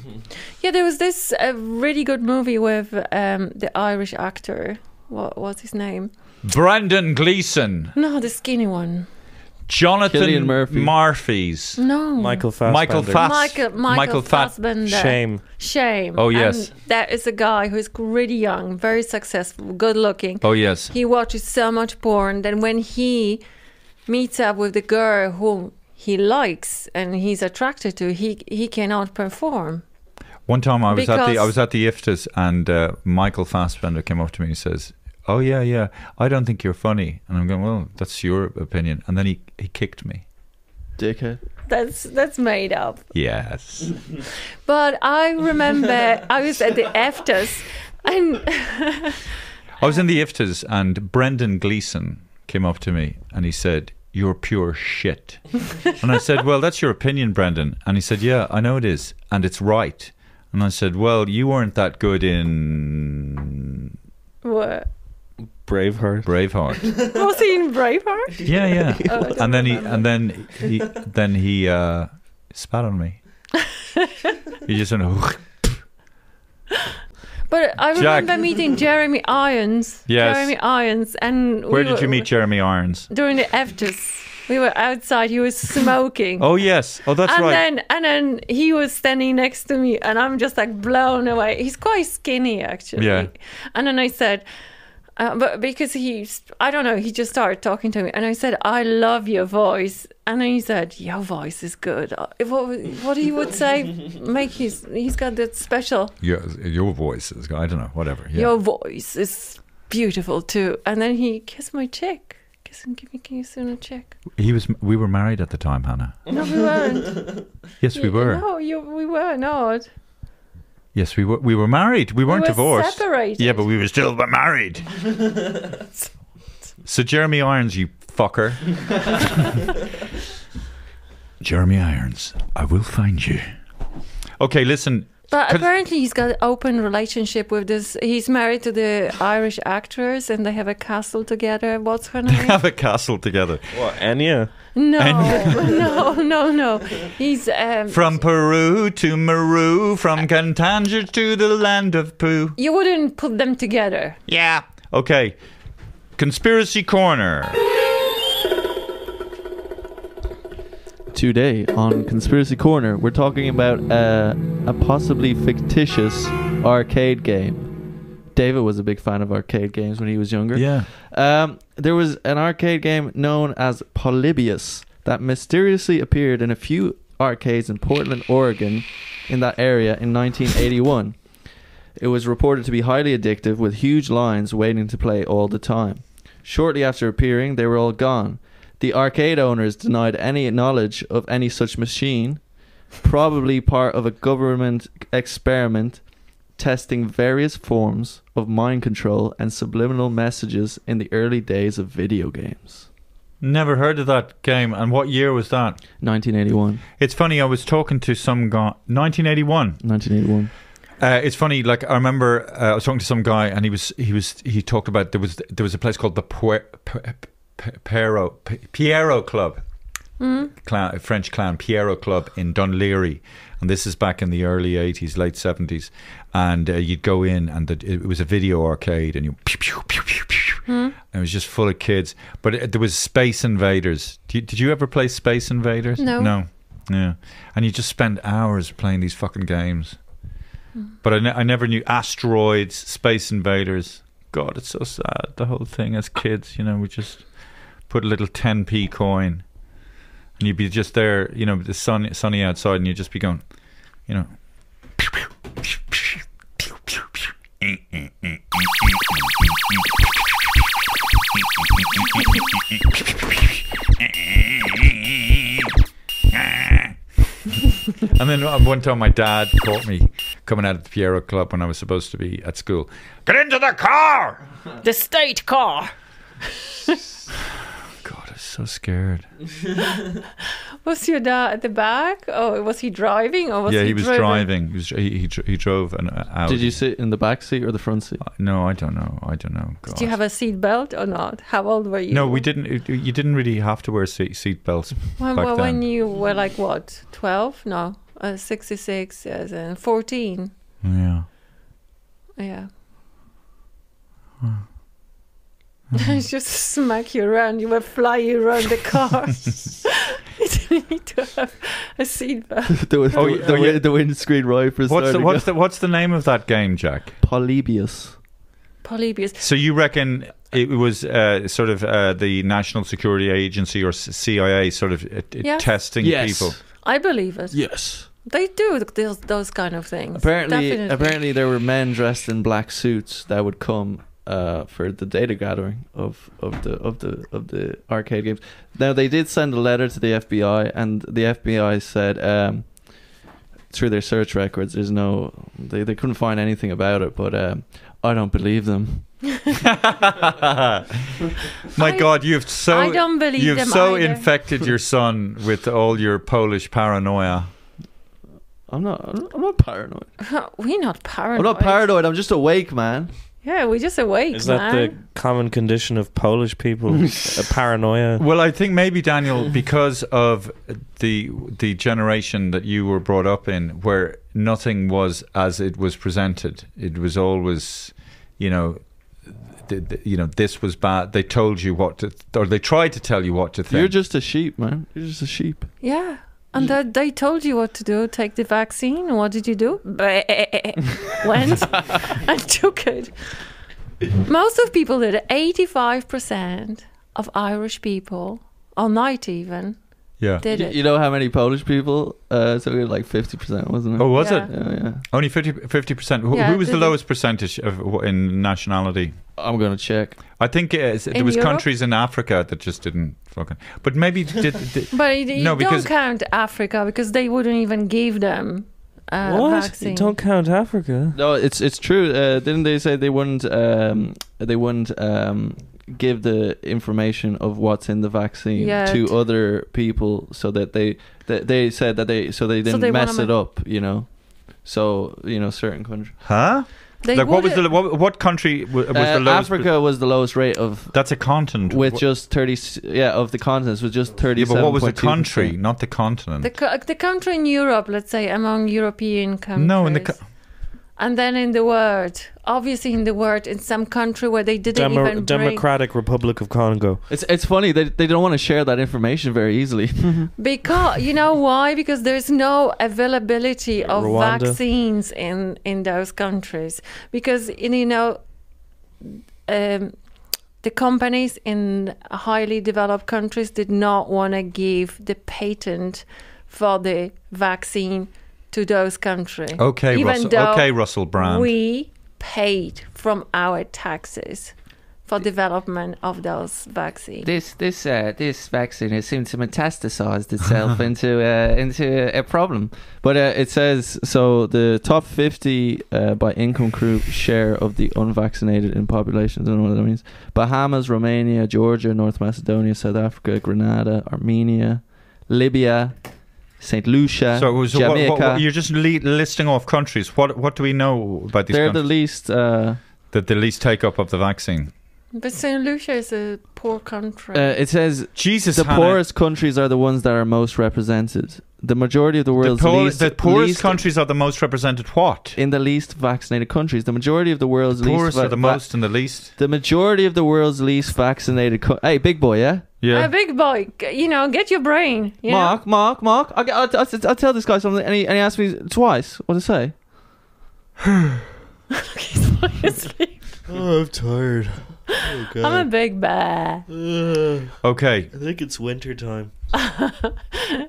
S2: Yeah, there was this uh, really good movie with um, the Irish actor. What was his name?
S1: Brandon Gleeson,
S2: No, the skinny one.
S1: Jonathan
S3: Cillian Murphy.
S1: Murphy's,
S2: No.
S4: Michael Fassbender.
S1: Michael Fass,
S2: Michael, Michael,
S1: Fass-
S2: Fassbender. Shame.
S1: Oh, yes.
S2: And that is a guy who's really young, very successful, good looking.
S1: Oh, yes.
S2: He watches so much porn. Then when he meets up with the girl whom he likes and he's attracted to, he he cannot perform.
S1: One time I was at the I
S2: Because-
S1: was at the IFTAs and uh, Michael Fassbender came up to me and says, "Oh yeah, yeah, I don't think you're funny." And I'm going, "Well, that's your opinion." And then he he kicked me.
S3: Dickhead.
S2: That's that's made up.
S1: Yes.
S2: But I remember I was at the afters and
S1: I was in the IFTAs and Brendan Gleeson came up to me and he said, You're pure shit. and I said, Well, that's your opinion, Brendan. And he said, Yeah, I know it is. And it's right. And I said, Well, you weren't that good in
S2: what
S4: Braveheart.
S1: Braveheart.
S2: was he in Braveheart?
S1: yeah, yeah.
S2: Oh, I don't
S1: and then he
S2: remember.
S1: and then he then he uh, spat on me. he just went,
S2: But I
S1: Jack.
S2: remember meeting Jeremy Irons.
S1: Yes.
S2: Jeremy Irons and we
S1: Where did
S2: were-
S1: you meet Jeremy Irons?
S2: During the afters. We were outside, he was smoking.
S1: Oh yes. Oh that's
S2: and
S1: right.
S2: then and then he was standing next to me and I'm just like blown away. He's quite skinny actually.
S1: Yeah.
S2: And then I said uh, but because he, I don't know, he just started talking to me, and I said, "I love your voice," and then he said, "Your voice is good." Uh, What what he would say? Make his he's got that special
S1: your, your voice is, I don't know, whatever. Yeah.
S2: Your voice is beautiful too. And then he kissed my cheek. Kiss and give me a kiss on a cheek.
S1: He was. We were married at the time, Hannah.
S2: No, we weren't.
S1: Yes, we
S2: You-
S1: were.
S2: No, you, we were not.
S1: Yes, we were. We were married. We weren't
S2: were
S1: divorced.
S2: separated.
S1: Yeah, but we were still married. So Jeremy Irons, you fucker. Jeremy Irons, I will find you. Okay, listen.
S2: But
S1: Can-
S2: apparently he's got an open relationship with this. He's married to the Irish actress, and they have a castle together. What's her name?
S1: Have a castle together.
S4: What, Enya?
S2: No,
S1: And-
S2: no, no, no. He's um,
S1: From Peru to Maru, from Cantanger to the land of Pooh.
S2: You wouldn't put them together.
S1: Yeah. Okay. Conspiracy Corner.
S3: Today on Conspiracy Corner, we're talking about uh, a possibly fictitious arcade game. David was a big fan of arcade games when he was younger.
S1: Yeah.
S3: Um, there was an arcade game known as Polybius that mysteriously appeared in a few arcades in Portland, Oregon, in that area in 1981. It was reported to be highly addictive with huge lines waiting to play all the time. Shortly after appearing, they were all gone. The arcade owners denied any knowledge of any such machine, probably part of a government experiment testing various forms of mind control and subliminal messages in the early days of video games.
S1: Never heard of that game. And what year was that?
S3: 1981.
S1: It's funny. I was talking to some guy. 1981.
S3: 1981.
S1: Uh, it's funny. Like I remember, uh, I was talking to some guy, and he was he was he talked about there was there was a place called the Puer, P- P- Piero P- Piero Club,
S8: Mm.
S1: clan, French clan Piero Club in Dunleary, and this is back in the early eighties, late seventies, and uh, you'd go in, and the, it was a video arcade, and you pew pew pew pew pew, and it was just full of kids. But it, there was Space Invaders. Did you, did you ever play Space Invaders?
S8: No.
S1: No. Yeah, and you just spend hours playing these fucking games. But I, ne- I never knew asteroids, space invaders. God, it's so sad. The whole thing as kids, you know, we just put a little 10p coin and you'd be just there, you know, the sun sunny outside and you'd just be going, you know, And then uh, one time my dad caught me coming out of the Piero Club when I was supposed to be at school. Get into the car!
S2: The state car.
S1: so scared.
S2: Was your dad at the back, or was he driving, or was
S1: yeah, he,
S2: he,
S1: was driving. He, was, he, he, dr- he drove an uh, out.
S3: Did you sit in the back seat or the front seat?
S1: No, I don't know. I don't know. God.
S2: Did you have a seat belt or not? How old were you?
S1: No, we didn't. it- You didn't really have to wear seat, seat belts
S2: When,
S1: back
S2: well,
S1: then.
S2: when you were like what, twelve? No, uh, sixty-six, as in fourteen.
S1: yeah.
S2: Yeah. just smack you around. You were flying around the car. you didn't need to have a seatbelt.
S3: the, the,
S1: Oh, yeah,
S3: the,
S1: oh, yeah.
S3: the windscreen
S1: What's
S3: wipers.
S1: the,
S3: started
S1: what's
S3: going-
S1: the what's the name of that game, Jack?
S3: Polybius.
S2: Polybius.
S1: So you reckon it was uh, sort of uh, the National Security Agency or C- CIA sort of uh, t-
S2: Yes.
S1: testing
S3: Yes.
S1: people?
S2: I believe it.
S3: Yes.
S2: They do th- those, those kind of things.
S3: Apparently,
S2: Definitely.
S3: apparently there were men dressed in black suits that would come uh, for the data gathering of, of the of the of the arcade games. Now they did send a letter to the FBI, and the FBI said um, through their search records, there's no they they couldn't find anything about it. But um, I don't believe them.
S1: My God, you've so
S2: I don't believe
S1: you've
S2: them
S1: so
S2: either.
S1: infected your son with all your Polish paranoia.
S3: I'm not. I'm not paranoid.
S2: We're not paranoid.
S3: I'm not paranoid. I'm just awake, man.
S2: Yeah, we're just awake,
S4: Is that
S2: man.
S4: the common condition of Polish people? a paranoia.
S1: Well, I think maybe Daniel, because of the the generation that you were brought up in, where nothing was as it was presented. It was always, you know, th- th- you know, this was bad. They told you what to, or they tried to tell you what to think.
S3: You're just a sheep, man. You're just a sheep.
S2: Yeah. And that they told you what to do. Take the vaccine. What did you do? Went and took it. Most of people did it. 85% of Irish people, or not even,
S1: yeah.
S2: did
S3: You,
S2: it.
S3: you know how many Polish people? Uh, so we were like fifty percent, wasn't it?
S1: Oh, was
S2: Yeah.
S1: it?
S3: Yeah, yeah.
S1: Only 50 percent. Who,
S2: Yeah,
S1: who was the
S2: did-
S1: lowest percentage of in nationality?
S3: I'm gonna check.
S1: I think uh, s- there
S2: In
S1: was
S2: Europe?
S1: countries in Africa that just didn't fucking. But maybe did, did-
S2: But you, you
S1: no because
S2: don't count Africa because they wouldn't even give them uh,
S4: what?
S2: vaccine.
S4: You don't count Africa.
S3: No, it's it's true. Uh, didn't they say they wouldn't um, they wouldn't um, give the information of what's in the vaccine
S2: Yeah,
S3: to
S2: t-
S3: other people so that they that they said that they so they didn't
S2: they wanna
S3: mess
S2: ma-
S3: it up, you know. So you know, certain countries.
S1: huh?
S2: They
S1: like what was the
S2: wouldn't-
S1: what, what country wa- was the
S3: Uh,
S1: lowest? per-
S3: Africa was the lowest rate of
S1: That's a continent.
S3: with
S1: What-
S3: just thirty. s- Yeah, of the continents was just thirty.
S1: yeah, but what was the country, not the continent?
S2: The, co- the country in Europe, let's say, among European countries.
S1: no, in the co-
S2: And then in the world. Obviously, in the world, in some country where they didn't
S4: Demo-
S2: even bring.
S4: Democratic Republic of Congo.
S3: It's it's funny they they don't want to share that information very easily.
S2: Because you know why? Because there's no availability of
S4: Rwanda.
S2: vaccines in in those countries. Because in, you know, um, the companies in highly developed countries did not want to give the patent for the vaccine to those countries.
S1: okay,
S2: even
S1: Russell.
S2: though
S1: Okay, Russell Brand.
S2: We paid from our taxes for development of those vaccines.
S9: This this uh, this vaccine it seemed to metastasize itself into uh, into a problem.
S3: But uh, it says so the top 50 uh, by income crew share of the unvaccinated in population. I don't know what that means. Bahamas, Romania, Georgia, North Macedonia, South Africa, Grenada, Armenia, Libya, St. Lucia,
S1: so it was, what,
S3: Jamaica.
S1: what, what, you're just le- listing off countries. What what do we know about these?
S3: They're the
S1: countries?
S3: least. Uh,
S1: that the least take up of the vaccine.
S2: But Saint Lucia is a poor country.
S3: uh, it says
S1: Jesus,
S3: the
S1: Hannah.
S3: poorest countries are the ones that are most represented. The majority of the
S1: The,
S3: world's
S1: poor-
S3: least,
S1: the poorest
S3: least-
S1: countries are the most represented. What?
S3: in the least vaccinated countries. The majority of the world's least
S1: Poorest
S3: va-
S1: are the
S3: va-
S1: most and the least.
S3: The majority of the world's least vaccinated. Co- hey, big boy, yeah.
S1: Yeah.
S2: A big boy, g- you know, get your brain. You
S3: Mark, Mark, Mark. I, I, I, I tell this guy something, and he, and he asks me twice what to say.
S2: know? Seriously.
S10: Oh, I'm tired. Oh, God.
S2: I'm a big bear.
S10: Ugh.
S1: Okay.
S10: I think it's winter time.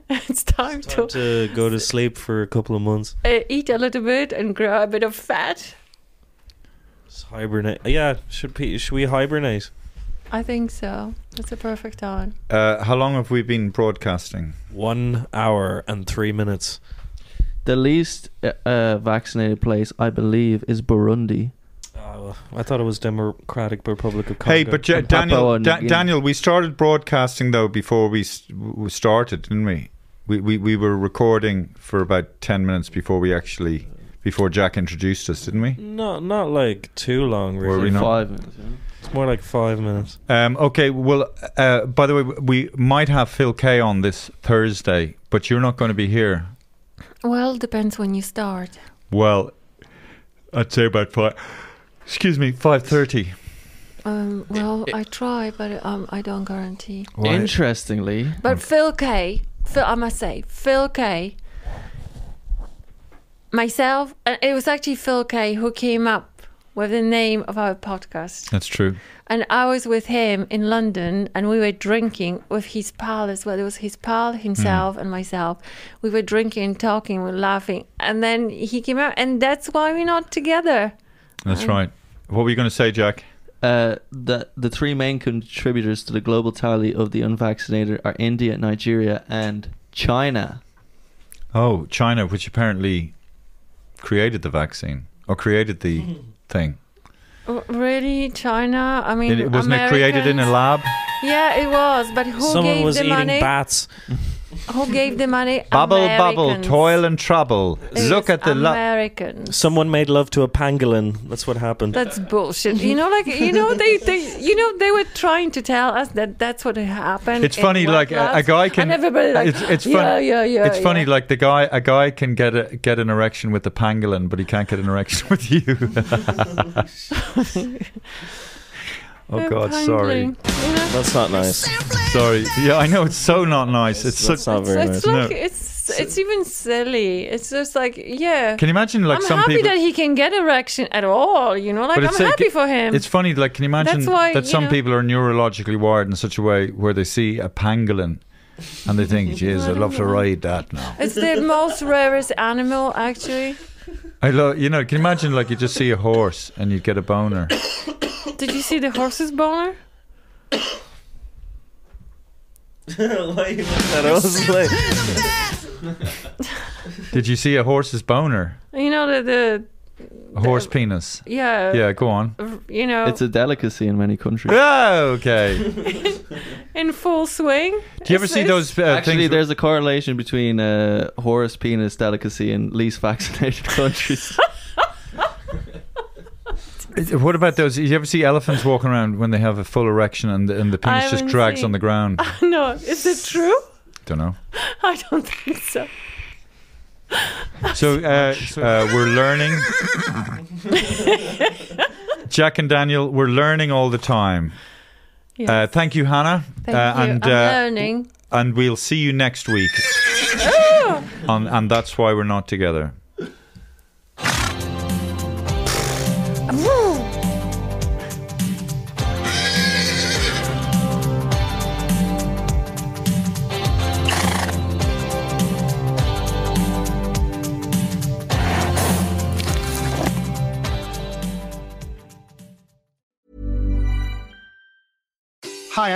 S2: It's time,
S4: Time
S2: to,
S4: to go to sleep for a couple of months.
S2: uh, eat a little bit and grow a bit of fat.
S4: Just hibernate. Yeah, should pe- should we hibernate?
S2: I think so. It's a perfect time.
S1: Uh, how long have we been broadcasting?
S4: One hour and three minutes.
S3: The least uh, uh, vaccinated place, I believe, is Burundi.
S4: Ah, well, I thought it was Democratic Republic of Congo.
S1: Hey, but ja- Daniel, Da- Daniel, we started broadcasting though before we, s- we started, didn't we? We, we? we were recording for about ten minutes before we actually before Jack introduced us, didn't we?
S4: No, not like too long. Really.
S1: we not? Five
S3: minutes.
S4: It's more like five minutes.
S1: Um, okay. Well, uh, by the way, we might have Phil K on this Thursday, but you're not going to be here.
S2: Well, depends when you start.
S1: Well, I'd say about five. Excuse me, five thirty.
S2: Um, well, I try, but um, I don't guarantee.
S3: Interestingly,
S2: But Phil K, Phil, I must say, Phil K, myself, and it was actually Phil K who came up with the name of our podcast.
S1: That's true.
S2: And I was with him in London, and we were drinking with his pal as well. It was his pal, himself, and myself. We were drinking and talking, we were laughing, and then he came out, and that's why we're not together.
S1: That's
S2: Um,
S1: right. What were you going to say, Jack?
S9: Uh, the the three main contributors to the global tally of the unvaccinated are India, Nigeria, and China.
S1: Oh, China, which apparently created the vaccine or created the thing.
S2: R- Really, China? I mean,
S1: It, wasn't it created in a
S2: Americans?
S1: lab?
S2: Yeah, it was. But who
S1: Someone
S2: gave
S1: was
S2: the
S1: eating
S2: money?
S1: bats.
S2: Who gave the money?
S1: Bubble, bubble,
S2: Americans.
S1: toil and trouble.
S2: It
S1: Look
S2: was
S1: at the lo-
S2: Americans.
S4: Someone made love to a pangolin. That's what happened.
S2: That's bullshit. You know, like you know, they, they you know they were trying to tell us that that's what happened.
S1: It's
S2: in
S1: funny,
S2: world
S1: like a, a
S2: class,
S1: guy can.
S2: And everybody like,
S1: it's, it's fun-
S2: yeah, yeah, yeah.
S1: It's funny,
S2: yeah.
S1: like the guy, a guy can get a, get an erection with the pangolin, but he can't get an erection with you. oh God, sorry.
S4: That's not nice.
S1: Sorry. Yeah, I know it's so not nice. It's
S4: That's
S1: so,
S4: not very
S2: It's like it's it's even silly. It's just like yeah.
S1: Can you imagine, like,
S2: I'm
S1: some
S2: happy
S1: people-
S2: that he can get erection at all. You know, like I'm
S1: it's like-
S2: happy for him.
S1: It's funny, like, can you imagine
S2: That's why,
S1: that
S2: you
S1: some
S2: know-
S1: people are neurologically wired in such a way where they see a pangolin and they think, "Jeez, I'd love to ride that now."
S2: It's the most rarest animal, actually.
S1: I love, you know, can you imagine, like, you just see a horse and you get a boner.
S2: Did you see the horse's boner?
S10: Why you looking at
S4: I was like,
S1: Did you see a horse's boner?
S2: You know the the
S1: A horse penis?
S2: yeah.
S1: Yeah, go on.
S2: r- You know,
S9: It's a delicacy in many countries.
S1: Oh, okay.
S2: in full swing. It's- it's-
S1: uh,
S9: Actually, there's a correlation between uh, Horace penis delicacy and least vaccinated countries.
S1: What about those? You ever see elephants walking around when they have a full erection and the, and the
S2: I
S1: penis just
S2: haven't
S1: drags
S2: seen-
S1: on the ground?
S2: no, is it true?
S1: Don't know.
S2: I don't think so.
S1: So uh, uh, we're learning. Jack and Daniel, we're learning all the time. Uh, thank you, Hannah.
S2: Thank
S1: uh,
S2: you.
S1: And,
S2: I'm
S1: uh,
S2: learning.
S1: And we'll see you next week. on, and that's why we're not together.
S11: Hi,